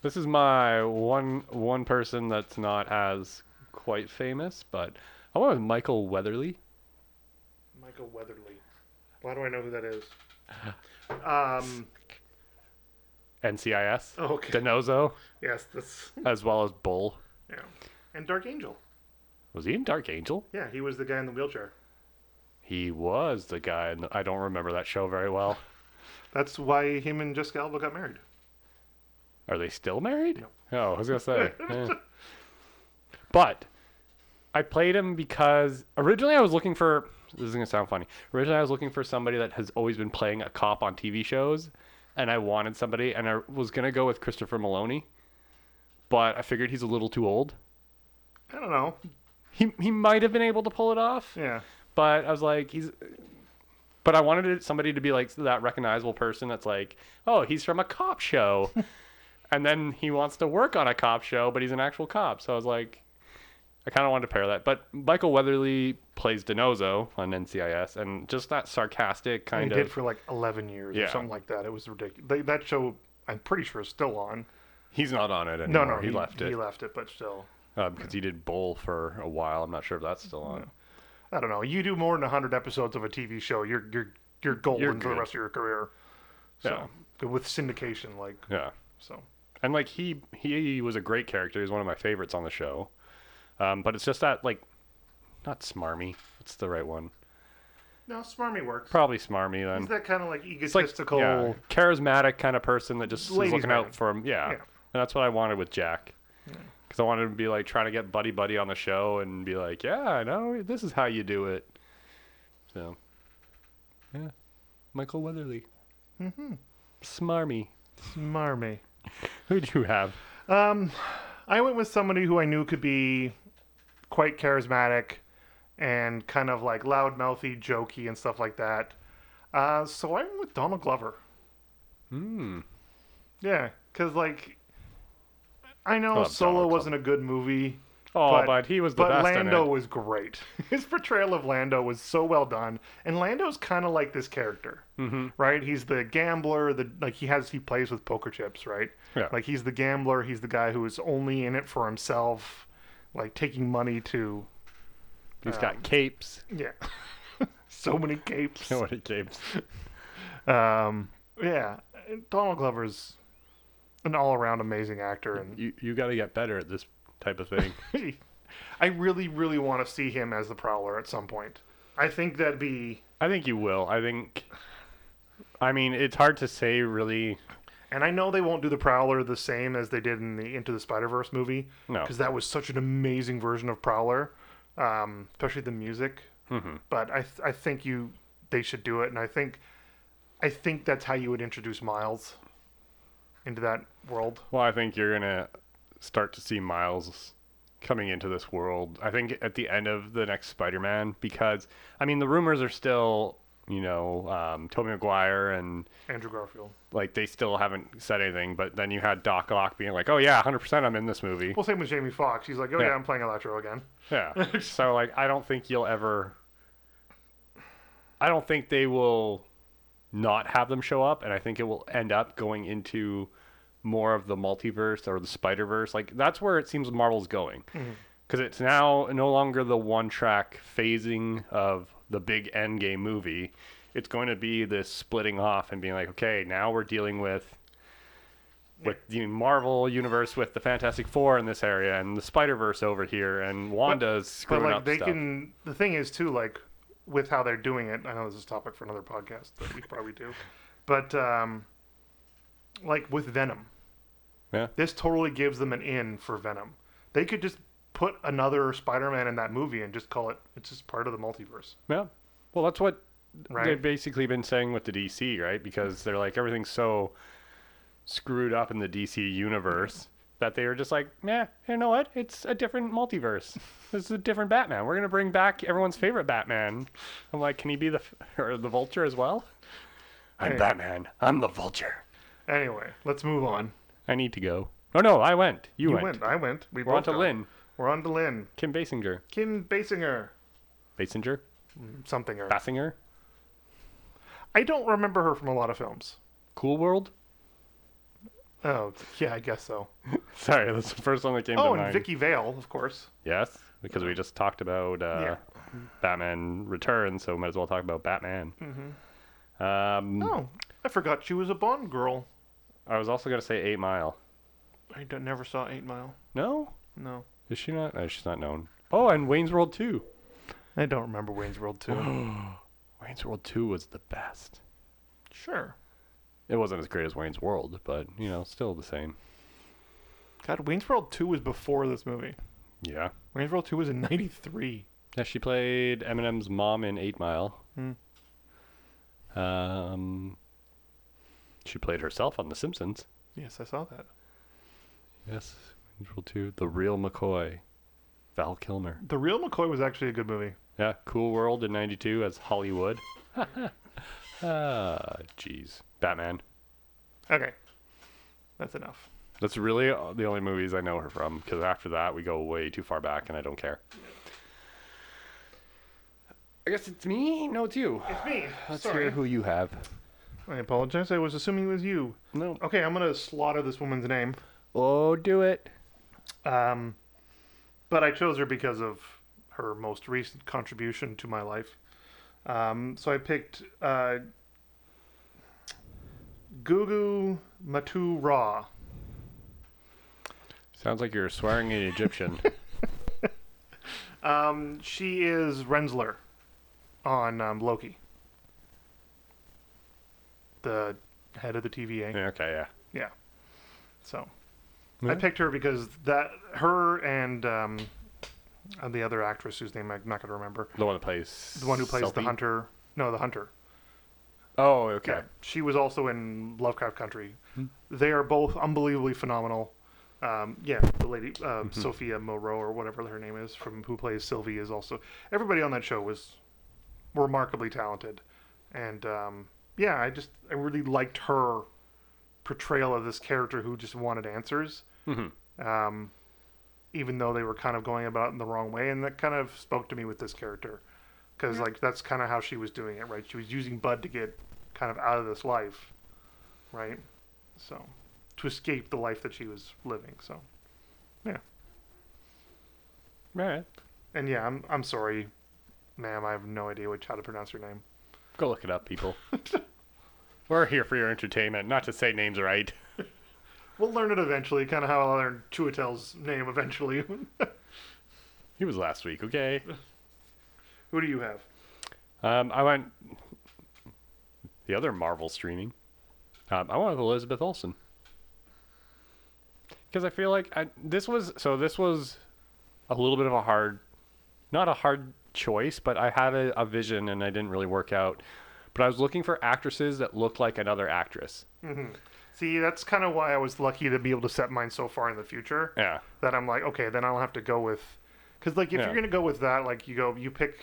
[SPEAKER 1] This is my one one person that's not as quite famous, but I went with Michael Weatherly.
[SPEAKER 2] Michael Weatherly. Why do I know who that is? Um.
[SPEAKER 1] NCIS,
[SPEAKER 2] Oh, Okay.
[SPEAKER 1] Denozo,
[SPEAKER 2] Yes. That's
[SPEAKER 1] as well as Bull.
[SPEAKER 2] yeah. And Dark Angel.
[SPEAKER 1] Was he in Dark Angel?
[SPEAKER 2] Yeah, he was the guy in the wheelchair.
[SPEAKER 1] He was the guy. In the, I don't remember that show very well.
[SPEAKER 2] That's why him and Jessica Alba got married.
[SPEAKER 1] Are they still married? Oh, I was gonna say. eh. But I played him because originally I was looking for. This is gonna sound funny. Originally I was looking for somebody that has always been playing a cop on TV shows, and I wanted somebody, and I was gonna go with Christopher Maloney, but I figured he's a little too old.
[SPEAKER 2] I don't know.
[SPEAKER 1] He he might have been able to pull it off,
[SPEAKER 2] Yeah.
[SPEAKER 1] but I was like he's. But I wanted it- somebody to be like that recognizable person that's like, oh, he's from a cop show, and then he wants to work on a cop show, but he's an actual cop. So I was like, I kind of wanted to pair that. But Michael Weatherly plays Denozo on NCIS, and just that sarcastic
[SPEAKER 2] He
[SPEAKER 1] kind
[SPEAKER 2] did
[SPEAKER 1] of.
[SPEAKER 2] for like 11 years or
[SPEAKER 1] Yeah.
[SPEAKER 2] something like that. It was ridiculous. They, that show, I'm pretty sure, is still on.
[SPEAKER 1] He's not on it
[SPEAKER 2] No,
[SPEAKER 1] anymore.
[SPEAKER 2] no,
[SPEAKER 1] he, left
[SPEAKER 2] He
[SPEAKER 1] it
[SPEAKER 2] left it, but still,
[SPEAKER 1] uh, because he did Bull for a while. I'm not sure if that's still on.
[SPEAKER 2] I don't know. You do more than 100 episodes of a TV show, you're you're you're golden
[SPEAKER 1] You're
[SPEAKER 2] for the
[SPEAKER 1] good.
[SPEAKER 2] rest of your career.
[SPEAKER 1] Yeah.
[SPEAKER 2] So with syndication, like
[SPEAKER 1] Yeah.
[SPEAKER 2] so.
[SPEAKER 1] and like he he was a great character. He was one of my favorites on the show. Um, but it's just that like, not smarmy. What's the right one?
[SPEAKER 2] No, smarmy works.
[SPEAKER 1] Probably smarmy then.
[SPEAKER 2] Is that kind of like
[SPEAKER 1] it's like
[SPEAKER 2] egotistical?
[SPEAKER 1] yeah, charismatic kind of person that just
[SPEAKER 2] Ladies'
[SPEAKER 1] is looking
[SPEAKER 2] man.
[SPEAKER 1] out for him. Yeah.
[SPEAKER 2] Yeah.
[SPEAKER 1] and that's what I wanted with Jack. Because I wanted him to be like trying to get buddy buddy on the show and be like, yeah, I know this is how you do it. So, yeah, Michael Weatherly, mm-hmm. smarmy.
[SPEAKER 2] Smarmy.
[SPEAKER 1] Who do you have?
[SPEAKER 2] I went with somebody who I knew could be quite charismatic and kind of like loudmouthy, jokey, and stuff like that. Uh, so I went with Donald Glover.
[SPEAKER 1] Hmm.
[SPEAKER 2] Yeah, because like I know
[SPEAKER 1] love
[SPEAKER 2] Solo
[SPEAKER 1] Donald
[SPEAKER 2] wasn't a good movie,
[SPEAKER 1] Oh,
[SPEAKER 2] But-
[SPEAKER 1] but, he was the
[SPEAKER 2] but
[SPEAKER 1] best
[SPEAKER 2] Lando
[SPEAKER 1] in it.
[SPEAKER 2] was great. His portrayal of Lando was so well done, and Lando's kind of like this character, mm-hmm. right? He's the gambler, the like he has he plays with poker chips, right?
[SPEAKER 1] Yeah.
[SPEAKER 2] Like he's the gambler, he's the guy who is only in it for himself, like taking money to
[SPEAKER 1] He's got capes.
[SPEAKER 2] yeah, so many capes.
[SPEAKER 1] No, what it capes.
[SPEAKER 2] Um, yeah, Donald Glover's an all-around amazing actor, and
[SPEAKER 1] You you got to get better at this type of thing.
[SPEAKER 2] I really, really want to see him as the Prowler at some point. I think that'd be,
[SPEAKER 1] I think you will. I think. I mean, it's hard to say really.
[SPEAKER 2] and I know they won't do the Prowler the same as they did in the Into the Spider Verse movie,
[SPEAKER 1] No.
[SPEAKER 2] because that was such an amazing version of Prowler, um, especially the music.
[SPEAKER 1] Mm-hmm.
[SPEAKER 2] But I, th- I think you, they should do it, and I think, I think that's how you would introduce Miles into that world.
[SPEAKER 1] Well, I think you're gonna start to see Miles coming into this world. I think at the end of the next Spider-Man, because I mean, the rumors are still, you know, um, Tobey Maguire and
[SPEAKER 2] Andrew Garfield.
[SPEAKER 1] like they still haven't said anything. But then you had Doc Ock being like, "Oh yeah, 100%, I'm in this movie."
[SPEAKER 2] Well, same with Jamie Foxx. He's like, oh yeah,
[SPEAKER 1] Yeah.
[SPEAKER 2] I'm playing Electro again.
[SPEAKER 1] Yeah. so like I don't think you'll ever I don't think they will not have them show up and I think it will end up going into more of the multiverse or the Spider-Verse. Like that's where it seems Marvel's going.
[SPEAKER 2] Mm-hmm.
[SPEAKER 1] Cuz it's now no longer the one-track phasing of the big endgame movie. It's going to be this splitting off and being like, "Okay, now we're dealing with with the Marvel universe with the Fantastic Four in this area and the Spider Verse over here and Wanda's
[SPEAKER 2] But
[SPEAKER 1] screwing
[SPEAKER 2] like
[SPEAKER 1] up
[SPEAKER 2] they
[SPEAKER 1] stuff.
[SPEAKER 2] can, the thing is too, like with how they're doing it. I know this is a topic for another podcast that we probably do, but um, like with Venom,
[SPEAKER 1] Yeah.
[SPEAKER 2] this totally gives them an in for Venom. They could just put another Spider-Man in that movie and just call it. It's just part of the multiverse,
[SPEAKER 1] Yeah. Well, that's what
[SPEAKER 2] right?
[SPEAKER 1] they've basically been saying with the DC, right? Because they're like everything's so screwed up in the DC universe that they were just like, yeah, you know what? It's a different multiverse. This is a different Batman. We're gonna bring back everyone's favorite Batman. I'm like, can he be the f- or the Vulture as well? I'm
[SPEAKER 2] Hey.
[SPEAKER 1] Batman. I'm the Vulture.
[SPEAKER 2] Anyway, let's move on.
[SPEAKER 1] I need to go. Oh no, I went. You,
[SPEAKER 2] You
[SPEAKER 1] went.
[SPEAKER 2] went. I went. We
[SPEAKER 1] We're on
[SPEAKER 2] both
[SPEAKER 1] to
[SPEAKER 2] go.
[SPEAKER 1] Lynn.
[SPEAKER 2] We're on to Lynn.
[SPEAKER 1] Kim Basinger.
[SPEAKER 2] Kim Basinger,
[SPEAKER 1] Basinger?
[SPEAKER 2] something or
[SPEAKER 1] Basinger?
[SPEAKER 2] I don't remember her from a lot of films.
[SPEAKER 1] Cool World?
[SPEAKER 2] Oh yeah, I guess so.
[SPEAKER 1] Sorry, that's the first one that came
[SPEAKER 2] Oh,
[SPEAKER 1] to
[SPEAKER 2] and
[SPEAKER 1] mind.
[SPEAKER 2] Vicky Vale, of course.
[SPEAKER 1] Yes. because we just talked about uh, Batman Returns, so we might as well talk about Batman. Um,
[SPEAKER 2] Oh, I forgot she was a Bond girl.
[SPEAKER 1] I was also gonna say Eight Mile.
[SPEAKER 2] I don't- never saw Eight Mile.
[SPEAKER 1] No,
[SPEAKER 2] No,
[SPEAKER 1] is she not? No, she's not known. Oh, and Wayne's World Two.
[SPEAKER 2] I don't remember Wayne's World two.
[SPEAKER 1] Wayne's World Two was the best.
[SPEAKER 2] sure.
[SPEAKER 1] It wasn't as great as Wayne's World, but you know, still the same.
[SPEAKER 2] God, Wayne's World two was before this movie.
[SPEAKER 1] Yeah.
[SPEAKER 2] Wayne's World two was in '93.
[SPEAKER 1] Yeah, she played Eminem's mom in Eight Mile.
[SPEAKER 2] Hmm.
[SPEAKER 1] Um, she played herself on The Simpsons.
[SPEAKER 2] Yes, I saw that.
[SPEAKER 1] Yes, Wayne's World Two. The real McCoy, Val Kilmer.
[SPEAKER 2] The Real McCoy was actually a good movie.
[SPEAKER 1] Yeah, Cool World in '92 as Hollywood. Ah, jeez, Batman.
[SPEAKER 2] Okay, that's enough.
[SPEAKER 1] That's really all- the only movies I know her from. Because after that, we go way too far back, and I don't care. I guess it's me. No, it's you.
[SPEAKER 2] It's me.
[SPEAKER 1] Let's hear who you have.
[SPEAKER 2] I apologize. I was assuming it was you.
[SPEAKER 1] No.
[SPEAKER 2] Okay, I'm gonna slaughter this woman's name.
[SPEAKER 1] Oh, do it.
[SPEAKER 2] Um, but I chose her because of her most recent contribution to my life. Um, so I picked uh, Gugu Matu Ra.
[SPEAKER 1] Sounds like you're swearing in Egyptian.
[SPEAKER 2] Um, she is Rensler on um, Loki, the head of the TVA.
[SPEAKER 1] Yeah, okay, yeah.
[SPEAKER 2] Yeah. So
[SPEAKER 1] Yeah.
[SPEAKER 2] I picked her because that her and um, and the other actress whose name I'm not going to remember,
[SPEAKER 1] The one that plays
[SPEAKER 2] the one who plays the
[SPEAKER 1] Selfie?
[SPEAKER 2] hunter. No, the hunter.
[SPEAKER 1] Oh, okay.
[SPEAKER 2] Yeah. She was also in Lovecraft Country. They are both unbelievably phenomenal. Um, yeah, the lady uh, Sophia Moreau or whatever her name is from who plays Sylvie is also everybody on that show was remarkably talented, and um, yeah, I just I really liked her portrayal of this character who just wanted answers, um, even though they were kind of going about it in the wrong way, and that kind of spoke to me with this character because like that's kind of how she was doing it, right? She was using Bud to get kind of out of this life, right? So to escape the life that she was living. So
[SPEAKER 1] All right.
[SPEAKER 2] and yeah, I'm I'm sorry, ma'am. I have no idea which how to pronounce her name.
[SPEAKER 1] Go look it up, people. We're here for your entertainment, not to say names right.
[SPEAKER 2] We'll learn it eventually, kind of how I learned Chuatel's name eventually.
[SPEAKER 1] He was last week, okay?
[SPEAKER 2] Who do you have?
[SPEAKER 1] Um, I went the other Marvel streaming. Um, I went with Elizabeth Olsen because I feel like I, this was so. This was a little bit of a hard, not a hard choice, but I had a, a vision and I didn't really work out. But I was looking for actresses that looked like another actress.
[SPEAKER 2] See, that's kind of why I was lucky to be able to set mine so far in the future.
[SPEAKER 1] Yeah.
[SPEAKER 2] that I'm like, okay, then I'll have to go with, because like if
[SPEAKER 1] Yeah.
[SPEAKER 2] you're gonna go with that, like you go, you pick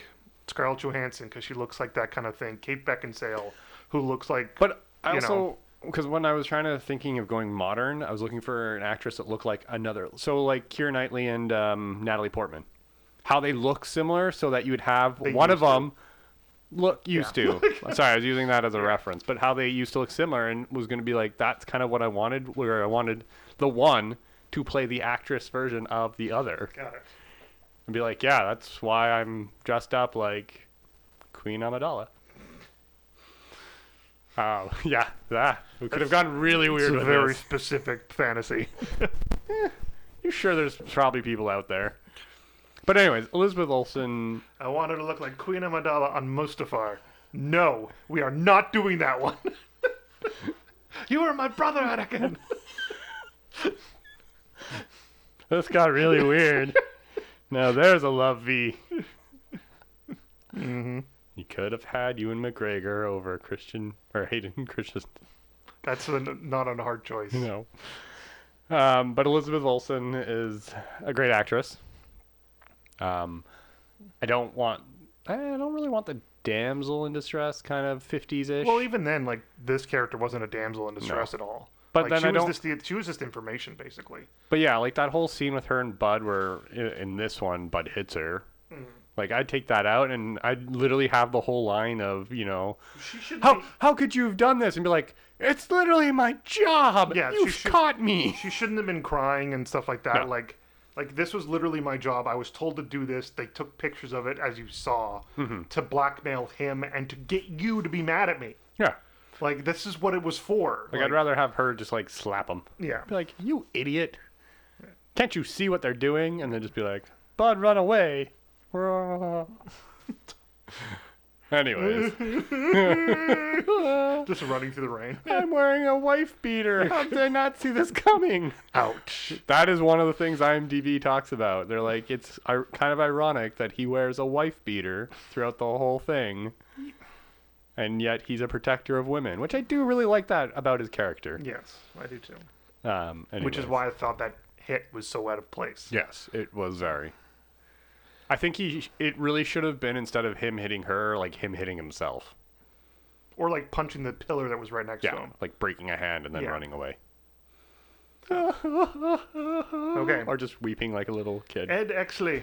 [SPEAKER 2] Scarlett Johansson because she looks like that kind of thing. Kate Beckinsale, who looks like,
[SPEAKER 1] But I
[SPEAKER 2] you
[SPEAKER 1] also
[SPEAKER 2] know.
[SPEAKER 1] because when I was trying to thinking of going modern, I was looking for an actress that looked like another. So like Keira Knightley and um, Natalie Portman, how they look similar, so that you would have
[SPEAKER 2] They
[SPEAKER 1] one of
[SPEAKER 2] used to.
[SPEAKER 1] them look used to. Sorry, I was using that as a reference, but how they used to look similar and was going to be like that's kind of what I wanted, where I wanted the one to play the actress version of the other,
[SPEAKER 2] got it.
[SPEAKER 1] and be like, yeah, that's why I'm dressed up like Queen Amidala. Oh yeah, that we could have gone really
[SPEAKER 2] It's
[SPEAKER 1] weird
[SPEAKER 2] a
[SPEAKER 1] with
[SPEAKER 2] very
[SPEAKER 1] this.
[SPEAKER 2] specific fantasy.
[SPEAKER 1] You're sure there's probably people out there, but anyways, Elizabeth Olsen.
[SPEAKER 2] I want her to look like Queen Amidala on Mustafar. No, we are not doing that one. you are my brother, Anakin.
[SPEAKER 1] This got really weird. now there's a love V.
[SPEAKER 2] Mhm.
[SPEAKER 1] You could have had you and McGregor over Christian or Hayden Christensen.
[SPEAKER 2] That's a, not a hard choice.
[SPEAKER 1] you know. Um, but Elizabeth Olsen is a great actress. Um, I don't want. I don't really want the damsel in distress kind of fifties ish.
[SPEAKER 2] Well, even then, like this character wasn't a damsel in distress at all.
[SPEAKER 1] But
[SPEAKER 2] Like,
[SPEAKER 1] then
[SPEAKER 2] she
[SPEAKER 1] I
[SPEAKER 2] was
[SPEAKER 1] don't-
[SPEAKER 2] Just the, she was just information, basically.
[SPEAKER 1] but yeah, like that whole scene with her and Bud, where in, in this one Bud hits her.
[SPEAKER 2] Mm-hmm.
[SPEAKER 1] Like I'd take that out, and I'd literally have the whole line of you know
[SPEAKER 2] She should.
[SPEAKER 1] how how could you have done this, and be like, it's literally my job.
[SPEAKER 2] Yeah, she
[SPEAKER 1] you've
[SPEAKER 2] should-
[SPEAKER 1] caught me.
[SPEAKER 2] she shouldn't have been crying and stuff like that.
[SPEAKER 1] No.
[SPEAKER 2] Like Like this was literally my job. I was told to do this. They took pictures of it, as you saw,
[SPEAKER 1] Mm-hmm.
[SPEAKER 2] to blackmail him and to get you to be mad at me.
[SPEAKER 1] Yeah.
[SPEAKER 2] Like this is what it was for.
[SPEAKER 1] Like, I'd rather have her just like slap him.
[SPEAKER 2] yeah.
[SPEAKER 1] Be like, you idiot! Can't you see what they're doing? And then just be like, Bud, run away! Anyways,
[SPEAKER 2] Just running through the rain.
[SPEAKER 1] I'm wearing a wife beater. How did I not see this coming?
[SPEAKER 2] Ouch.
[SPEAKER 1] That is one of the things IMDb talks about. They're like, it's ir- kind of ironic that he wears a wife beater throughout the whole thing, and yet he's a protector of women, which I do really like that about his character.
[SPEAKER 2] Yes, I do too.
[SPEAKER 1] Um,
[SPEAKER 2] Which is
[SPEAKER 1] anyways.
[SPEAKER 2] why I thought that hit was so out of place.
[SPEAKER 1] Yes, it was very. I think he. It really should have been instead of him hitting her, like him hitting himself.
[SPEAKER 2] Or like punching the pillar that was right next
[SPEAKER 1] Yeah,
[SPEAKER 2] to him.
[SPEAKER 1] like breaking a hand and then
[SPEAKER 2] Yeah.
[SPEAKER 1] running away,
[SPEAKER 2] Okay.
[SPEAKER 1] or just weeping like a little kid.
[SPEAKER 2] Ed Exley,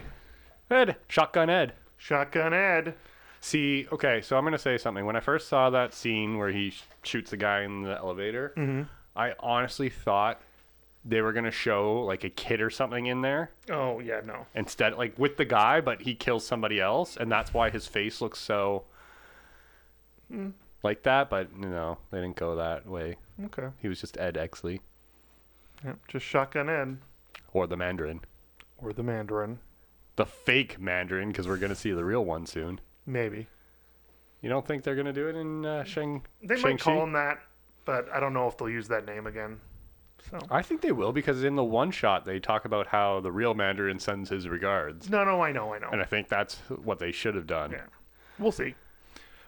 [SPEAKER 1] Ed, shotgun Ed.
[SPEAKER 2] Shotgun Ed.
[SPEAKER 1] See, okay, so I'm gonna say something. When I first saw that scene where he sh- shoots the guy in the elevator,
[SPEAKER 2] Mm-hmm.
[SPEAKER 1] I honestly thought they were gonna show like a kid or something in there
[SPEAKER 2] Oh yeah, no.
[SPEAKER 1] instead, like with the guy, but he kills somebody else, and that's why his face looks so
[SPEAKER 2] Hmm.
[SPEAKER 1] like that. But you know, they didn't go that way.
[SPEAKER 2] Okay.
[SPEAKER 1] He was just Ed Exley
[SPEAKER 2] Yep. Just Shotgun Ed
[SPEAKER 1] or the Mandarin,
[SPEAKER 2] or the Mandarin,
[SPEAKER 1] the fake Mandarin, because we're gonna see the real one soon.
[SPEAKER 2] maybe.
[SPEAKER 1] You don't think they're gonna do it in uh, Shang?
[SPEAKER 2] They
[SPEAKER 1] Shang-Chi?
[SPEAKER 2] might call him that, but I don't know if they'll use that name again. So
[SPEAKER 1] I think they will because in the one shot they talk about how the real Mandarin sends his regards,
[SPEAKER 2] no, no, I know, I know.
[SPEAKER 1] and I think that's what they should have done.
[SPEAKER 2] Yeah, we'll see.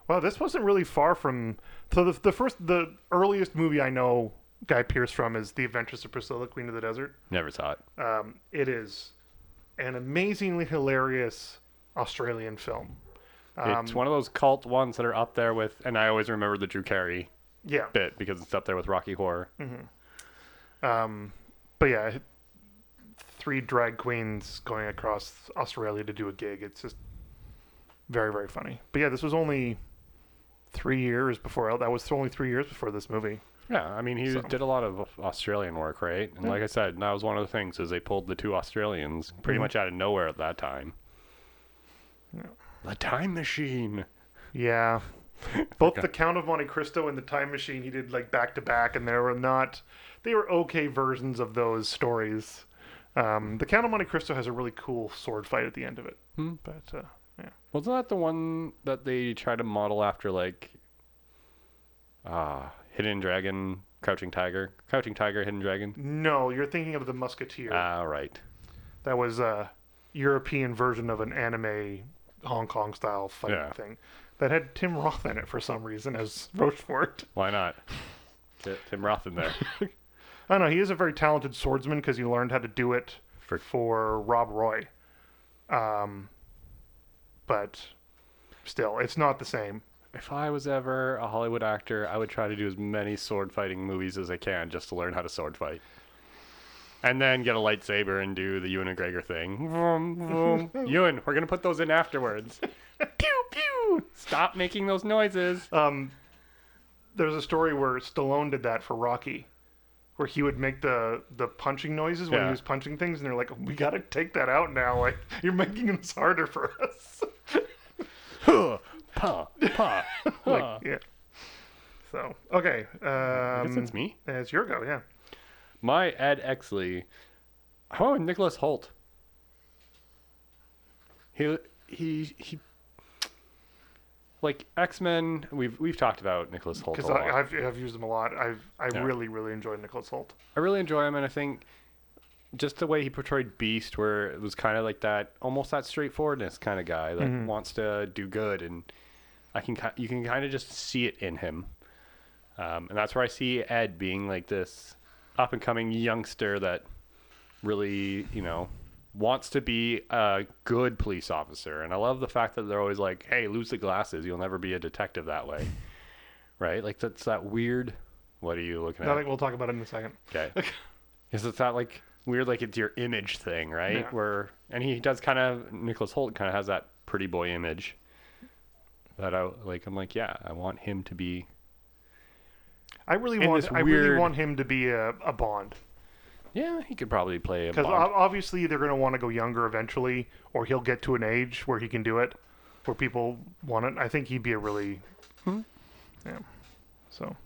[SPEAKER 2] Well, this wasn't really far from. So the the first, the earliest movie I know Guy Pearce from is The Adventures of Priscilla, Queen of the Desert.
[SPEAKER 1] Never saw it.
[SPEAKER 2] Um, it is an amazingly hilarious Australian film.
[SPEAKER 1] it's
[SPEAKER 2] Um,
[SPEAKER 1] one of those cult ones that are up there with, and I always remember the Drew Carey
[SPEAKER 2] Yeah,
[SPEAKER 1] bit because it's up there with Rocky Horror.
[SPEAKER 2] but yeah, three drag queens going across Australia to do a gig. It's just very, very funny. But yeah, this was only three years before. That was only three years before this movie.
[SPEAKER 1] Yeah, I mean, he did a lot of Australian work, right? And like I said, and that was one of the things is they pulled the two Australians pretty much out of nowhere at that time. The time machine.
[SPEAKER 2] Yeah. Both the Count of Monte Cristo and the Time Machine, he did like back to back, and they were not, they were okay versions of those stories. Um, the Count of Monte Cristo has a really cool sword fight at the end of it.
[SPEAKER 1] Hmm.
[SPEAKER 2] But uh, yeah,
[SPEAKER 1] Wasn't that the one that they tried to model after, like, uh, Hidden Dragon, Crouching Tiger, Crouching Tiger, Hidden Dragon?
[SPEAKER 2] no, you're thinking of the Musketeer.
[SPEAKER 1] Ah, right.
[SPEAKER 2] that was a European version of an anime Hong Kong style fight
[SPEAKER 1] Yeah.
[SPEAKER 2] thing that had Tim Roth in it for some reason as Rochefort.
[SPEAKER 1] Why not? Ti- Tim Roth in there.
[SPEAKER 2] I don't know. He is a very talented swordsman because he learned how to do it
[SPEAKER 1] For-
[SPEAKER 2] for, Rob Roy. Um, but still, it's not the same.
[SPEAKER 1] if I was ever a Hollywood actor, I would try to do as many sword fighting movies as I can just to learn how to sword fight. And then get a lightsaber and do the Ewan McGregor thing. Vroom, vroom. Ewan, we're going to put those in afterwards. pew, pew. Stop making those noises.
[SPEAKER 2] Um, there's a story where Stallone did that for Rocky, where he would make the the punching noises when
[SPEAKER 1] Yeah.
[SPEAKER 2] he was punching things, and they're like, "We gotta take that out now. Like you're making this harder for us."
[SPEAKER 1] Huh, pa, pa.
[SPEAKER 2] like,
[SPEAKER 1] Huh.
[SPEAKER 2] yeah. So okay,
[SPEAKER 1] I guess
[SPEAKER 2] um,
[SPEAKER 1] it's me.
[SPEAKER 2] it's your go. Yeah.
[SPEAKER 1] My Ed Exley. How about Nicholas Holt? He he he. Like X Men, we've we've talked about Nicholas Holt a
[SPEAKER 2] Because
[SPEAKER 1] lot. I,
[SPEAKER 2] I've, I've used them a lot. I've I
[SPEAKER 1] Yeah.
[SPEAKER 2] really really enjoyed Nicholas Holt.
[SPEAKER 1] really enjoy him, and I think just the way he portrayed Beast, where it was kind of like that, almost that straightforwardness kind of guy that wants to do good, and I can ki- you can kind of just see it in him, um, and that's where I see Ed being like this up and coming youngster that really, you know, wants to be a good police officer. And I love the fact that they're always like, hey, lose the glasses. You'll never be a detective that way. right? Like, that's that weird. What are you looking
[SPEAKER 2] I
[SPEAKER 1] at?
[SPEAKER 2] think we'll talk about it in a second.
[SPEAKER 1] Okay. Because it's that, like, weird, like, it's your image thing, right?
[SPEAKER 2] Yeah.
[SPEAKER 1] Where, and he does kind of, Nicholas Holt kind of has that pretty boy image. That I like, I'm like, yeah, I want him to be.
[SPEAKER 2] I really
[SPEAKER 1] In
[SPEAKER 2] want
[SPEAKER 1] this
[SPEAKER 2] I
[SPEAKER 1] weird-
[SPEAKER 2] really want him to be a, a Bond.
[SPEAKER 1] Yeah, he could probably play a
[SPEAKER 2] Because
[SPEAKER 1] Bond.
[SPEAKER 2] obviously they're going to want to go younger eventually, or he'll get to an age where he can do it, where people want it. I think he'd be a really, yeah. So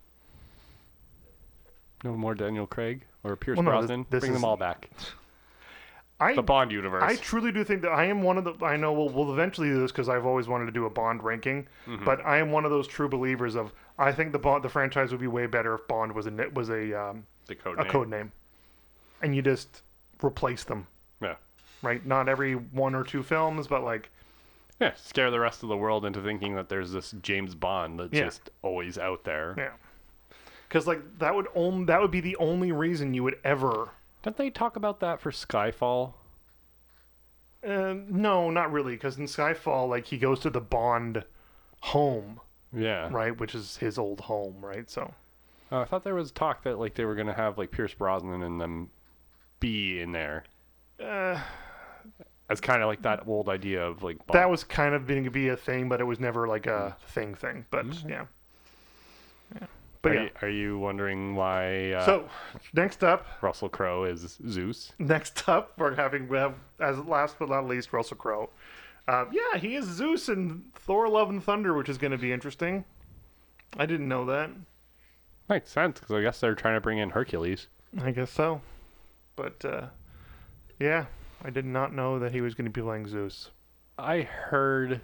[SPEAKER 1] no more Daniel Craig or Pierce
[SPEAKER 2] Well, no, this-
[SPEAKER 1] Brosnan.
[SPEAKER 2] this
[SPEAKER 1] Bring
[SPEAKER 2] is-
[SPEAKER 1] them all back.
[SPEAKER 2] I
[SPEAKER 1] The Bond universe.
[SPEAKER 2] I truly do think that I am one of the. I know we'll, we'll eventually do this because I've always wanted to do a Bond ranking,
[SPEAKER 1] Mm-hmm.
[SPEAKER 2] but I am one of those true believers of. I think the Bond the franchise would be way better if Bond was a ni- was a um,
[SPEAKER 1] the code
[SPEAKER 2] a
[SPEAKER 1] name.
[SPEAKER 2] code name, and you just replace them,
[SPEAKER 1] Yeah.
[SPEAKER 2] right? Not every one or two films, but like
[SPEAKER 1] Yeah, scare the rest of the world into thinking that there's this James Bond that's
[SPEAKER 2] Yeah.
[SPEAKER 1] just always out there.
[SPEAKER 2] yeah, because like that would only that would be the only reason you would ever.
[SPEAKER 1] Don't they talk about that for Skyfall?
[SPEAKER 2] Uh, no, not really, because in Skyfall, like he goes to the Bond home,
[SPEAKER 1] Yeah.
[SPEAKER 2] right, which is his old home, right? So
[SPEAKER 1] Uh, I thought there was talk that like they were gonna have like Pierce Brosnan and them be in there. Eh.
[SPEAKER 2] Uh,
[SPEAKER 1] That's kind of like that old idea of like Bond.
[SPEAKER 2] that was kind of being to be a thing, but it was never like a thing thing. But yeah, yeah. But
[SPEAKER 1] Mm-hmm. are,
[SPEAKER 2] yeah.
[SPEAKER 1] you, are you wondering why uh,
[SPEAKER 2] So next up,
[SPEAKER 1] Russell Crowe is Zeus?
[SPEAKER 2] next up, we're having we have as last but not least Russell Crowe. Uh, yeah, he is Zeus in Thor: Love and Thunder, which is going to be interesting. I didn't know that.
[SPEAKER 1] Makes sense because I guess they're trying to bring in Hercules.
[SPEAKER 2] I guess so. But uh, yeah, I did not know that he was going to be playing Zeus.
[SPEAKER 1] I heard.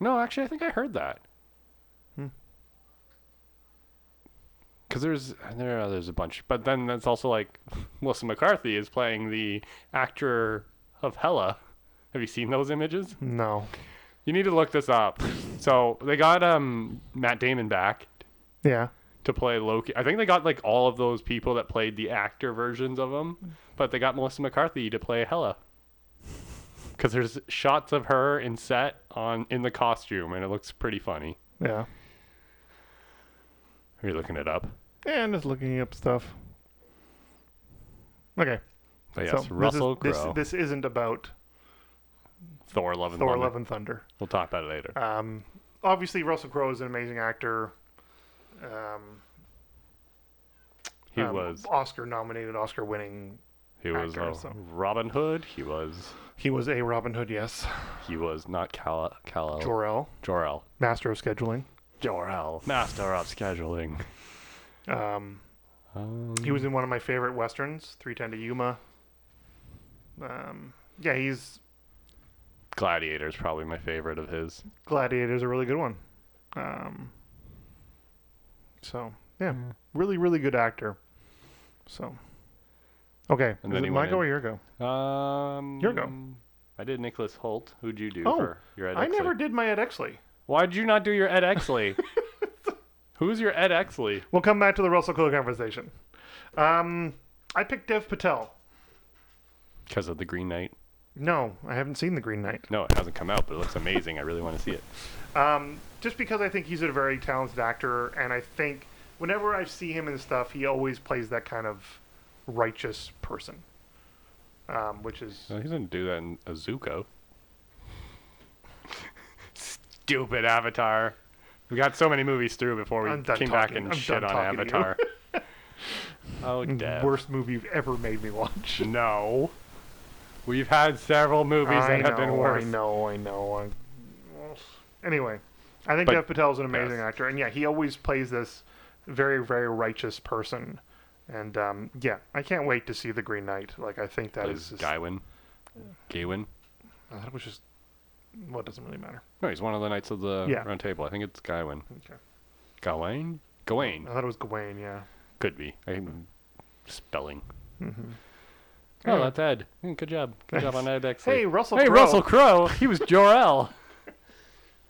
[SPEAKER 1] No, actually, I think I heard that.
[SPEAKER 2] Hmm.
[SPEAKER 1] Because there's there are, there's a bunch, but then that's also like Melissa McCarthy is playing the actor of Hella. Have you seen those images?
[SPEAKER 2] No.
[SPEAKER 1] You need to look this up. So they got um Matt Damon back
[SPEAKER 2] Yeah.
[SPEAKER 1] to play Loki. I think they got like all of those people that played the actor versions of them, but they got Melissa McCarthy to play Hella. Because there's shots of her in set on in the costume, and it looks pretty funny.
[SPEAKER 2] Yeah.
[SPEAKER 1] Are you looking it up?
[SPEAKER 2] Yeah, I'm just looking up stuff. Okay.
[SPEAKER 1] But yes,
[SPEAKER 2] this
[SPEAKER 1] Russell
[SPEAKER 2] is- this,
[SPEAKER 1] Crowe,
[SPEAKER 2] This, isn't about
[SPEAKER 1] Thor, Love and
[SPEAKER 2] Thor:
[SPEAKER 1] Thunder.
[SPEAKER 2] Love and Thunder.
[SPEAKER 1] We'll talk about it later.
[SPEAKER 2] Um, obviously, Russell Crowe is an amazing actor. Um,
[SPEAKER 1] He
[SPEAKER 2] um,
[SPEAKER 1] was
[SPEAKER 2] Oscar nominated, Oscar winning.
[SPEAKER 1] he was
[SPEAKER 2] actor,
[SPEAKER 1] uh,
[SPEAKER 2] so-
[SPEAKER 1] Robin Hood. He was
[SPEAKER 2] He was a Robin Hood, yes.
[SPEAKER 1] he was not Kal Kal
[SPEAKER 2] Jor El,
[SPEAKER 1] Jor El
[SPEAKER 2] master of scheduling.
[SPEAKER 1] Jor El master of scheduling.
[SPEAKER 2] Um,
[SPEAKER 1] Um,
[SPEAKER 2] he was in one of my favorite westerns, 310 to Yuma. Um, yeah, he's
[SPEAKER 1] Gladiator is probably my favorite of his.
[SPEAKER 2] Gladiator's a really good one. Um, so yeah,
[SPEAKER 1] Hmm.
[SPEAKER 2] really, really good actor. So okay,
[SPEAKER 1] And
[SPEAKER 2] is
[SPEAKER 1] then
[SPEAKER 2] it
[SPEAKER 1] he
[SPEAKER 2] my
[SPEAKER 1] went
[SPEAKER 2] go or
[SPEAKER 1] in-
[SPEAKER 2] your go?
[SPEAKER 1] Um,
[SPEAKER 2] Your go.
[SPEAKER 1] I did Nicholas Holt. Who'd you do
[SPEAKER 2] Oh,
[SPEAKER 1] for your Ed
[SPEAKER 2] I
[SPEAKER 1] Exley?
[SPEAKER 2] never did my Ed Exley.
[SPEAKER 1] Why'd you not do your Ed Exley? Who's your Ed Exley?
[SPEAKER 2] We'll come back to the Russell Crowe conversation. Um, I picked Dev Patel.
[SPEAKER 1] Because of the Green Knight.
[SPEAKER 2] No, I haven't seen The Green Knight.
[SPEAKER 1] No, it hasn't come out, but it looks amazing. I really want to see it.
[SPEAKER 2] Um, just because I think he's a very talented actor, and I think whenever I see him in stuff, he always plays that kind of righteous person, um, which is
[SPEAKER 1] No, he didn't do that in Azuko. Stupid Avatar. We got so many movies through before we
[SPEAKER 2] I'm
[SPEAKER 1] came
[SPEAKER 2] done
[SPEAKER 1] back
[SPEAKER 2] talking.
[SPEAKER 1] and
[SPEAKER 2] I'm
[SPEAKER 1] shit
[SPEAKER 2] done
[SPEAKER 1] on
[SPEAKER 2] talking to you.
[SPEAKER 1] Avatar. oh, Dev.
[SPEAKER 2] worst movie you've ever made me watch.
[SPEAKER 1] No. We've had several movies
[SPEAKER 2] I
[SPEAKER 1] that have
[SPEAKER 2] know,
[SPEAKER 1] been worse.
[SPEAKER 2] I know, I know. I... Anyway, I think
[SPEAKER 1] But-
[SPEAKER 2] Dev Patel is an amazing
[SPEAKER 1] yes.
[SPEAKER 2] actor, and yeah, he always plays this very, very righteous person. And um, yeah, I can't wait to see the Green Knight. Like, I think that is
[SPEAKER 1] Is
[SPEAKER 2] just,
[SPEAKER 1] Gawain? Gawain?
[SPEAKER 2] I thought it was just. Well, it doesn't really matter.
[SPEAKER 1] No, he's one of the knights of the
[SPEAKER 2] Yeah.
[SPEAKER 1] Round Table. I think it's Gawain.
[SPEAKER 2] Okay.
[SPEAKER 1] Gawain? Gawain.
[SPEAKER 2] I thought it was Gawain. Yeah.
[SPEAKER 1] Could be. I'm spelling.
[SPEAKER 2] Mm-hmm.
[SPEAKER 1] Oh,
[SPEAKER 2] Anyway.
[SPEAKER 1] that's Ed. Mm, Good job. Good job on Ed Exley.
[SPEAKER 2] Hey, Russell.
[SPEAKER 1] Hey,
[SPEAKER 2] Crowe.
[SPEAKER 1] Russell Crowe. He was Jor-El.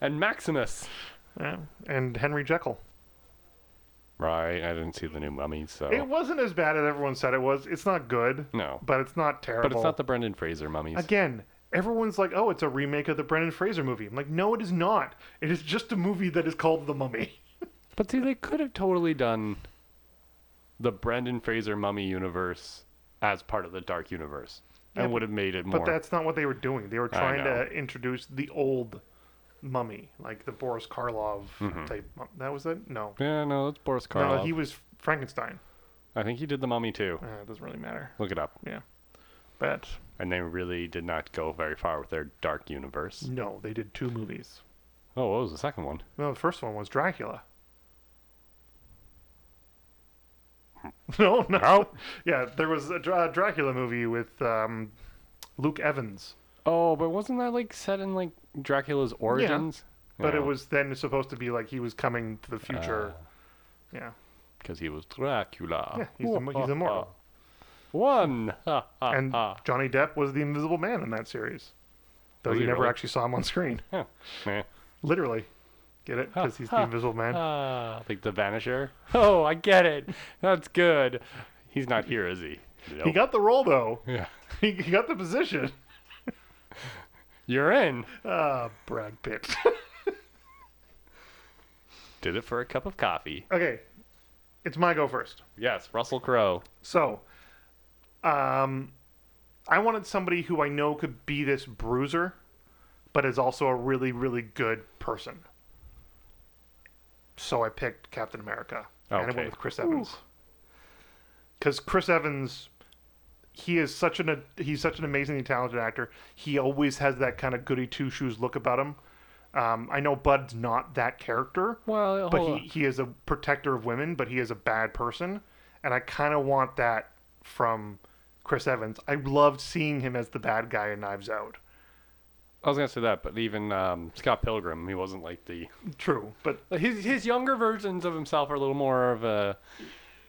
[SPEAKER 1] and Maximus.
[SPEAKER 2] Yeah, and Henry Jekyll.
[SPEAKER 1] Right. I didn't see the new mummy, so.
[SPEAKER 2] It wasn't as bad as everyone said it was. It's not good,
[SPEAKER 1] no.
[SPEAKER 2] but it's not terrible.
[SPEAKER 1] But it's not the Brendan Fraser mummies.
[SPEAKER 2] Again, everyone's like, "Oh, it's a remake of the Brendan Fraser movie." I'm like, "No, it is not. It is just a movie that is called The Mummy."
[SPEAKER 1] But see, they could have totally done the Brendan Fraser mummy universe as part of the dark universe.
[SPEAKER 2] Yeah,
[SPEAKER 1] and would have made it more.
[SPEAKER 2] But that's not what they were doing. They were trying
[SPEAKER 1] know.
[SPEAKER 2] to introduce the old Mummy, like the Boris Karloff type. mum- That was it? No,
[SPEAKER 1] yeah, no, that's Boris
[SPEAKER 2] no,
[SPEAKER 1] Karloff.
[SPEAKER 2] he was Frankenstein.
[SPEAKER 1] I think he did The Mummy too.
[SPEAKER 2] Uh, it doesn't really matter.
[SPEAKER 1] Look it up.
[SPEAKER 2] But
[SPEAKER 1] And they really did not go very far with their dark universe.
[SPEAKER 2] no, they did two movies.
[SPEAKER 1] Oh, what was the second one?
[SPEAKER 2] No, the first one was Dracula.
[SPEAKER 1] Hmm.
[SPEAKER 2] No, no. Yeah, there was a Dra- Dracula movie with um, Luke Evans,
[SPEAKER 1] Oh, but wasn't that like set in like Dracula's origins?
[SPEAKER 2] but it was then supposed to be like he was coming to the future.
[SPEAKER 1] Uh.
[SPEAKER 2] yeah.
[SPEAKER 1] because he was Dracula.
[SPEAKER 2] Yeah, he's im-
[SPEAKER 1] uh,
[SPEAKER 2] he's immortal.
[SPEAKER 1] One. Ha, ha,
[SPEAKER 2] and
[SPEAKER 1] ha.
[SPEAKER 2] Johnny Depp was the Invisible Man in that series, though
[SPEAKER 1] Was
[SPEAKER 2] you
[SPEAKER 1] he
[SPEAKER 2] never
[SPEAKER 1] really?
[SPEAKER 2] actually saw him on screen.
[SPEAKER 1] Yeah. Meh.
[SPEAKER 2] Literally, get it? Because he's the Invisible Man.
[SPEAKER 1] Ah, like the Vanisher. Oh, I get it. That's good. He's not here, is he?
[SPEAKER 2] He
[SPEAKER 1] Nope.
[SPEAKER 2] got the role though.
[SPEAKER 1] yeah.
[SPEAKER 2] He, he got the position.
[SPEAKER 1] You're in.
[SPEAKER 2] Ah, Brad Pitt.
[SPEAKER 1] Did it for a cup of coffee.
[SPEAKER 2] okay, it's my go first.
[SPEAKER 1] Yes, Russell Crowe.
[SPEAKER 2] So, um, I wanted somebody who I know could be this bruiser, but is also a really, really good person. So I picked Captain America, and I
[SPEAKER 1] Okay.
[SPEAKER 2] went with Chris Evans. Because Chris Evans, he is such an he's such an amazingly talented actor. He always has that kind of goody two shoes look about him. Um, I know Bud's not that character,
[SPEAKER 1] Well,
[SPEAKER 2] but he, he is a protector of women, but he is a bad person. And I kind of want that from Chris Evans. I loved seeing him as the bad guy in Knives Out.
[SPEAKER 1] I was gonna say that, but even um, Scott Pilgrim, he wasn't like the
[SPEAKER 2] True, but
[SPEAKER 1] his his younger versions of himself are a little more of a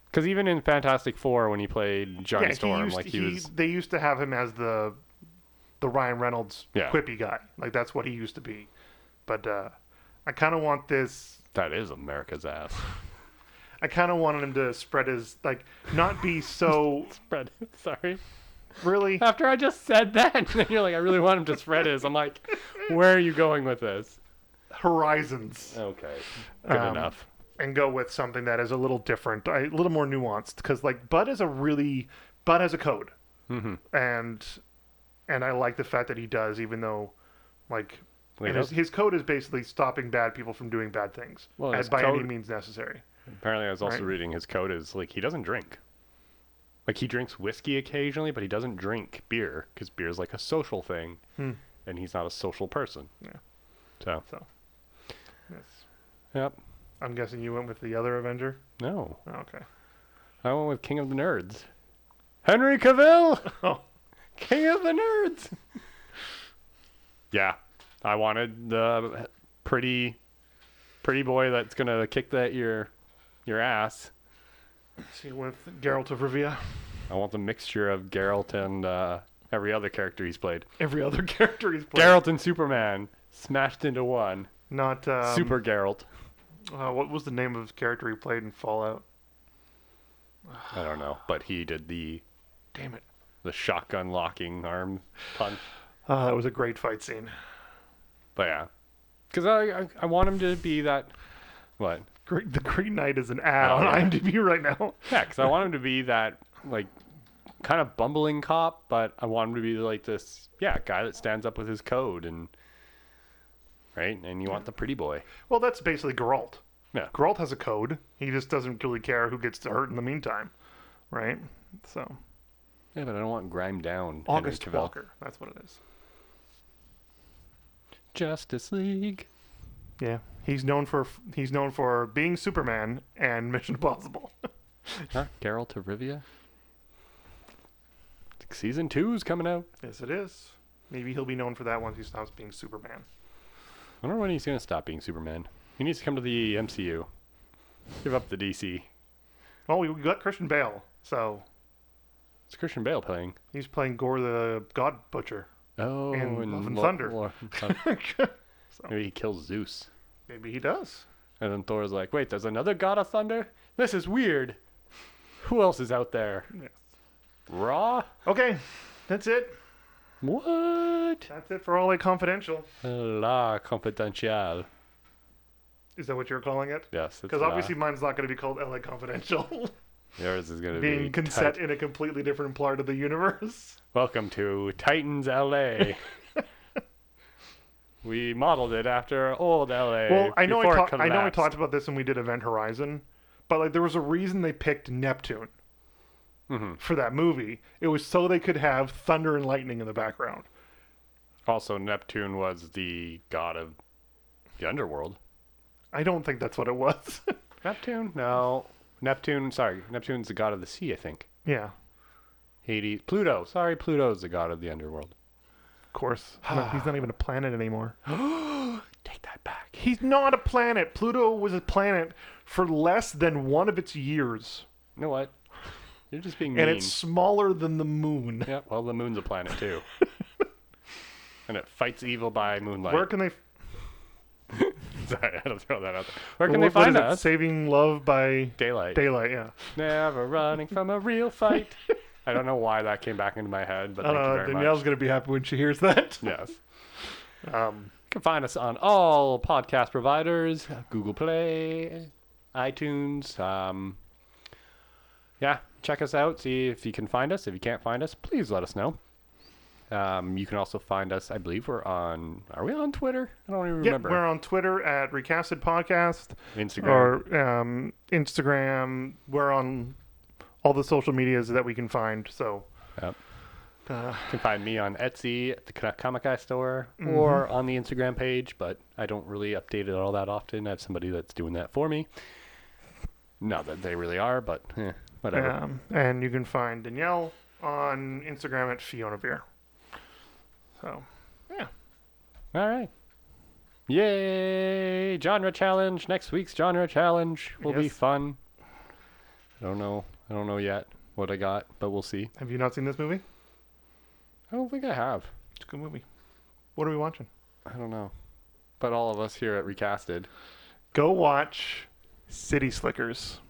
[SPEAKER 1] because even in Fantastic Four when he played Johnny
[SPEAKER 2] yeah, he
[SPEAKER 1] Storm,
[SPEAKER 2] used-
[SPEAKER 1] like he,
[SPEAKER 2] he-
[SPEAKER 1] was
[SPEAKER 2] they used to have him as the the Ryan Reynolds
[SPEAKER 1] Yeah.
[SPEAKER 2] quippy guy. Like that's what he used to be. But uh, I kind of want this
[SPEAKER 1] that is America's ass.
[SPEAKER 2] I kind of wanted him to spread his like not be so
[SPEAKER 1] Spread, sorry.
[SPEAKER 2] really
[SPEAKER 1] After I just said that, and then you're like, I really want him to spread his. I'm like, where are you going with this?
[SPEAKER 2] horizons.
[SPEAKER 1] Okay, good
[SPEAKER 2] Um,
[SPEAKER 1] enough.
[SPEAKER 2] and go with something that is a little different, a little more nuanced. Because like Bud is a really Bud has a code, mm-hmm. and and I like the fact that he does, even though like
[SPEAKER 1] Wait,
[SPEAKER 2] and his,
[SPEAKER 1] that-
[SPEAKER 2] his code is basically stopping bad people from doing bad things
[SPEAKER 1] Well,
[SPEAKER 2] as
[SPEAKER 1] his
[SPEAKER 2] by any
[SPEAKER 1] code-
[SPEAKER 2] means necessary.
[SPEAKER 1] Apparently, I was also
[SPEAKER 2] Right.
[SPEAKER 1] reading his code is like he doesn't drink. Like he drinks whiskey occasionally, but he doesn't drink beer because beer is like a social thing, and he's not a social person.
[SPEAKER 2] Hmm. Yeah.
[SPEAKER 1] So,
[SPEAKER 2] So yes,
[SPEAKER 1] yep.
[SPEAKER 2] I'm guessing you went with the other Avenger.
[SPEAKER 1] No,
[SPEAKER 2] Oh, okay.
[SPEAKER 1] I went with King of the Nerds. Henry Cavill,
[SPEAKER 2] Oh,
[SPEAKER 1] King of the Nerds. yeah, I wanted the pretty, pretty boy that's gonna kick that your, your ass.
[SPEAKER 2] so you went with Geralt of Rivia.
[SPEAKER 1] I want the mixture of Geralt and uh, every other character he's played.
[SPEAKER 2] Every other character he's played,
[SPEAKER 1] Geralt and Superman smashed into one.
[SPEAKER 2] not um,
[SPEAKER 1] Super Geralt.
[SPEAKER 2] Uh, what was the name of his character he played in Fallout?
[SPEAKER 1] I don't know, but he did the
[SPEAKER 2] Damn it!
[SPEAKER 1] the shotgun locking arm punch.
[SPEAKER 2] Uh, it was a great fight scene.
[SPEAKER 1] But yeah, because I, I I want him to be that. What?
[SPEAKER 2] Gre- the Green Knight is an ad
[SPEAKER 1] Oh,
[SPEAKER 2] on
[SPEAKER 1] yeah.
[SPEAKER 2] IMDb right now.
[SPEAKER 1] Yeah, because I want him to be that like kind of bumbling cop, but I want him to be like this yeah guy that stands up with his code and right. And you want the pretty boy.
[SPEAKER 2] Well, that's basically Geralt.
[SPEAKER 1] Yeah.
[SPEAKER 2] Geralt has a code. He just doesn't really care who gets hurt in the meantime, right? So
[SPEAKER 1] Yeah, but I don't want Grime Down. Henry
[SPEAKER 2] August
[SPEAKER 1] Cavill.
[SPEAKER 2] Walker, that's what it is.
[SPEAKER 1] Justice League.
[SPEAKER 2] Yeah, he's known for he's known for being Superman and Mission Impossible.
[SPEAKER 1] Huh? Geralt of Rivia? Season two's coming out.
[SPEAKER 2] yes, it is. Maybe he'll be known for that once he stops being Superman.
[SPEAKER 1] I wonder when he's going to stop being Superman. He needs to come to the MCU. Give up the DC.
[SPEAKER 2] Well, we we got Christian Bale, so
[SPEAKER 1] It's Christian Bale playing.
[SPEAKER 2] he's playing Gore the God Butcher.
[SPEAKER 1] Oh,
[SPEAKER 2] And Love and
[SPEAKER 1] Lo-
[SPEAKER 2] Thunder.
[SPEAKER 1] Lo- Thun- Maybe he kills Zeus.
[SPEAKER 2] Maybe he does.
[SPEAKER 1] And then Thor's like, wait, there's another god of thunder? This is weird. Who else is out there?
[SPEAKER 2] Yes.
[SPEAKER 1] Raw?
[SPEAKER 2] Okay, that's it.
[SPEAKER 1] What?
[SPEAKER 2] That's it for All A Confidential.
[SPEAKER 1] La Confidential.
[SPEAKER 2] Is that what you're calling it?
[SPEAKER 1] Yes. it's
[SPEAKER 2] Because
[SPEAKER 1] La.
[SPEAKER 2] obviously mine's not going to be called LA Confidential,
[SPEAKER 1] Yours is going to be.
[SPEAKER 2] being
[SPEAKER 1] tight.
[SPEAKER 2] set in a completely different part of the universe.
[SPEAKER 1] Welcome to Titans LA. we modeled it after old LA.
[SPEAKER 2] Well, I know we
[SPEAKER 1] before it
[SPEAKER 2] talked. I know we
[SPEAKER 1] collapsed.
[SPEAKER 2] talked about this when we did Event Horizon, but like there was a reason they picked Neptune
[SPEAKER 1] Mm-hmm.
[SPEAKER 2] for that movie. It was so they could have thunder and lightning in the background.
[SPEAKER 1] Also, Neptune was the god of the underworld.
[SPEAKER 2] I don't think that's what it was.
[SPEAKER 1] Neptune? No. Neptune, sorry. Neptune's the god of the sea, I think.
[SPEAKER 2] yeah,
[SPEAKER 1] Hades. Pluto. Sorry, Pluto's the god of the underworld.
[SPEAKER 2] of course. No, he's not even a planet anymore.
[SPEAKER 1] Take that back.
[SPEAKER 2] He's not a planet. Pluto was a planet for less than one of its years,
[SPEAKER 1] You know what? You're just being mean.
[SPEAKER 2] and it's smaller than the moon.
[SPEAKER 1] Yeah, well, the moon's a planet, too. and it fights evil by moonlight.
[SPEAKER 2] Where can they?
[SPEAKER 1] Sorry, I had to throw that out there. Where can
[SPEAKER 2] what-
[SPEAKER 1] they find
[SPEAKER 2] what is it?
[SPEAKER 1] us?
[SPEAKER 2] Saving love by
[SPEAKER 1] Daylight.
[SPEAKER 2] daylight. Yeah.
[SPEAKER 1] Never running from a real fight. I don't know why that came back into my head, but thank you
[SPEAKER 2] Uh,
[SPEAKER 1] very
[SPEAKER 2] Danielle's
[SPEAKER 1] much.
[SPEAKER 2] gonna be happy when she hears that.
[SPEAKER 1] Yes. You
[SPEAKER 2] Um,
[SPEAKER 1] can find us on all podcast providers, Google Play, iTunes. Um, yeah, check us out. See if you can find us. If you can't find us, please let us know. Um, you can also find us. I believe we're on. Are we on Twitter? I don't even
[SPEAKER 2] yep,
[SPEAKER 1] remember.
[SPEAKER 2] we're on Twitter at Recasted Podcast
[SPEAKER 1] Instagram.
[SPEAKER 2] or um, Instagram. We're on all the social medias that we can find. So
[SPEAKER 1] Yep.
[SPEAKER 2] uh,
[SPEAKER 1] You can find me on Etsy at the Canuck Comic Eye store
[SPEAKER 2] Mm-hmm.
[SPEAKER 1] or on the Instagram page, but I don't really update it all that often. I have somebody that's doing that for me. Not that they really are, but eh, whatever.
[SPEAKER 2] um, and you can find Danielle on Instagram at Fiona Beer. So yeah,
[SPEAKER 1] All right. Yay! Genre challenge. Next week's genre challenge will be
[SPEAKER 2] Yes.
[SPEAKER 1] fun. I don't know. I don't know yet what I got, but we'll see.
[SPEAKER 2] have you not seen this movie?
[SPEAKER 1] I don't think I have.
[SPEAKER 2] It's a good movie. What are we watching?
[SPEAKER 1] I don't know. But all of us here at Recasted
[SPEAKER 2] Go watch City Slickers.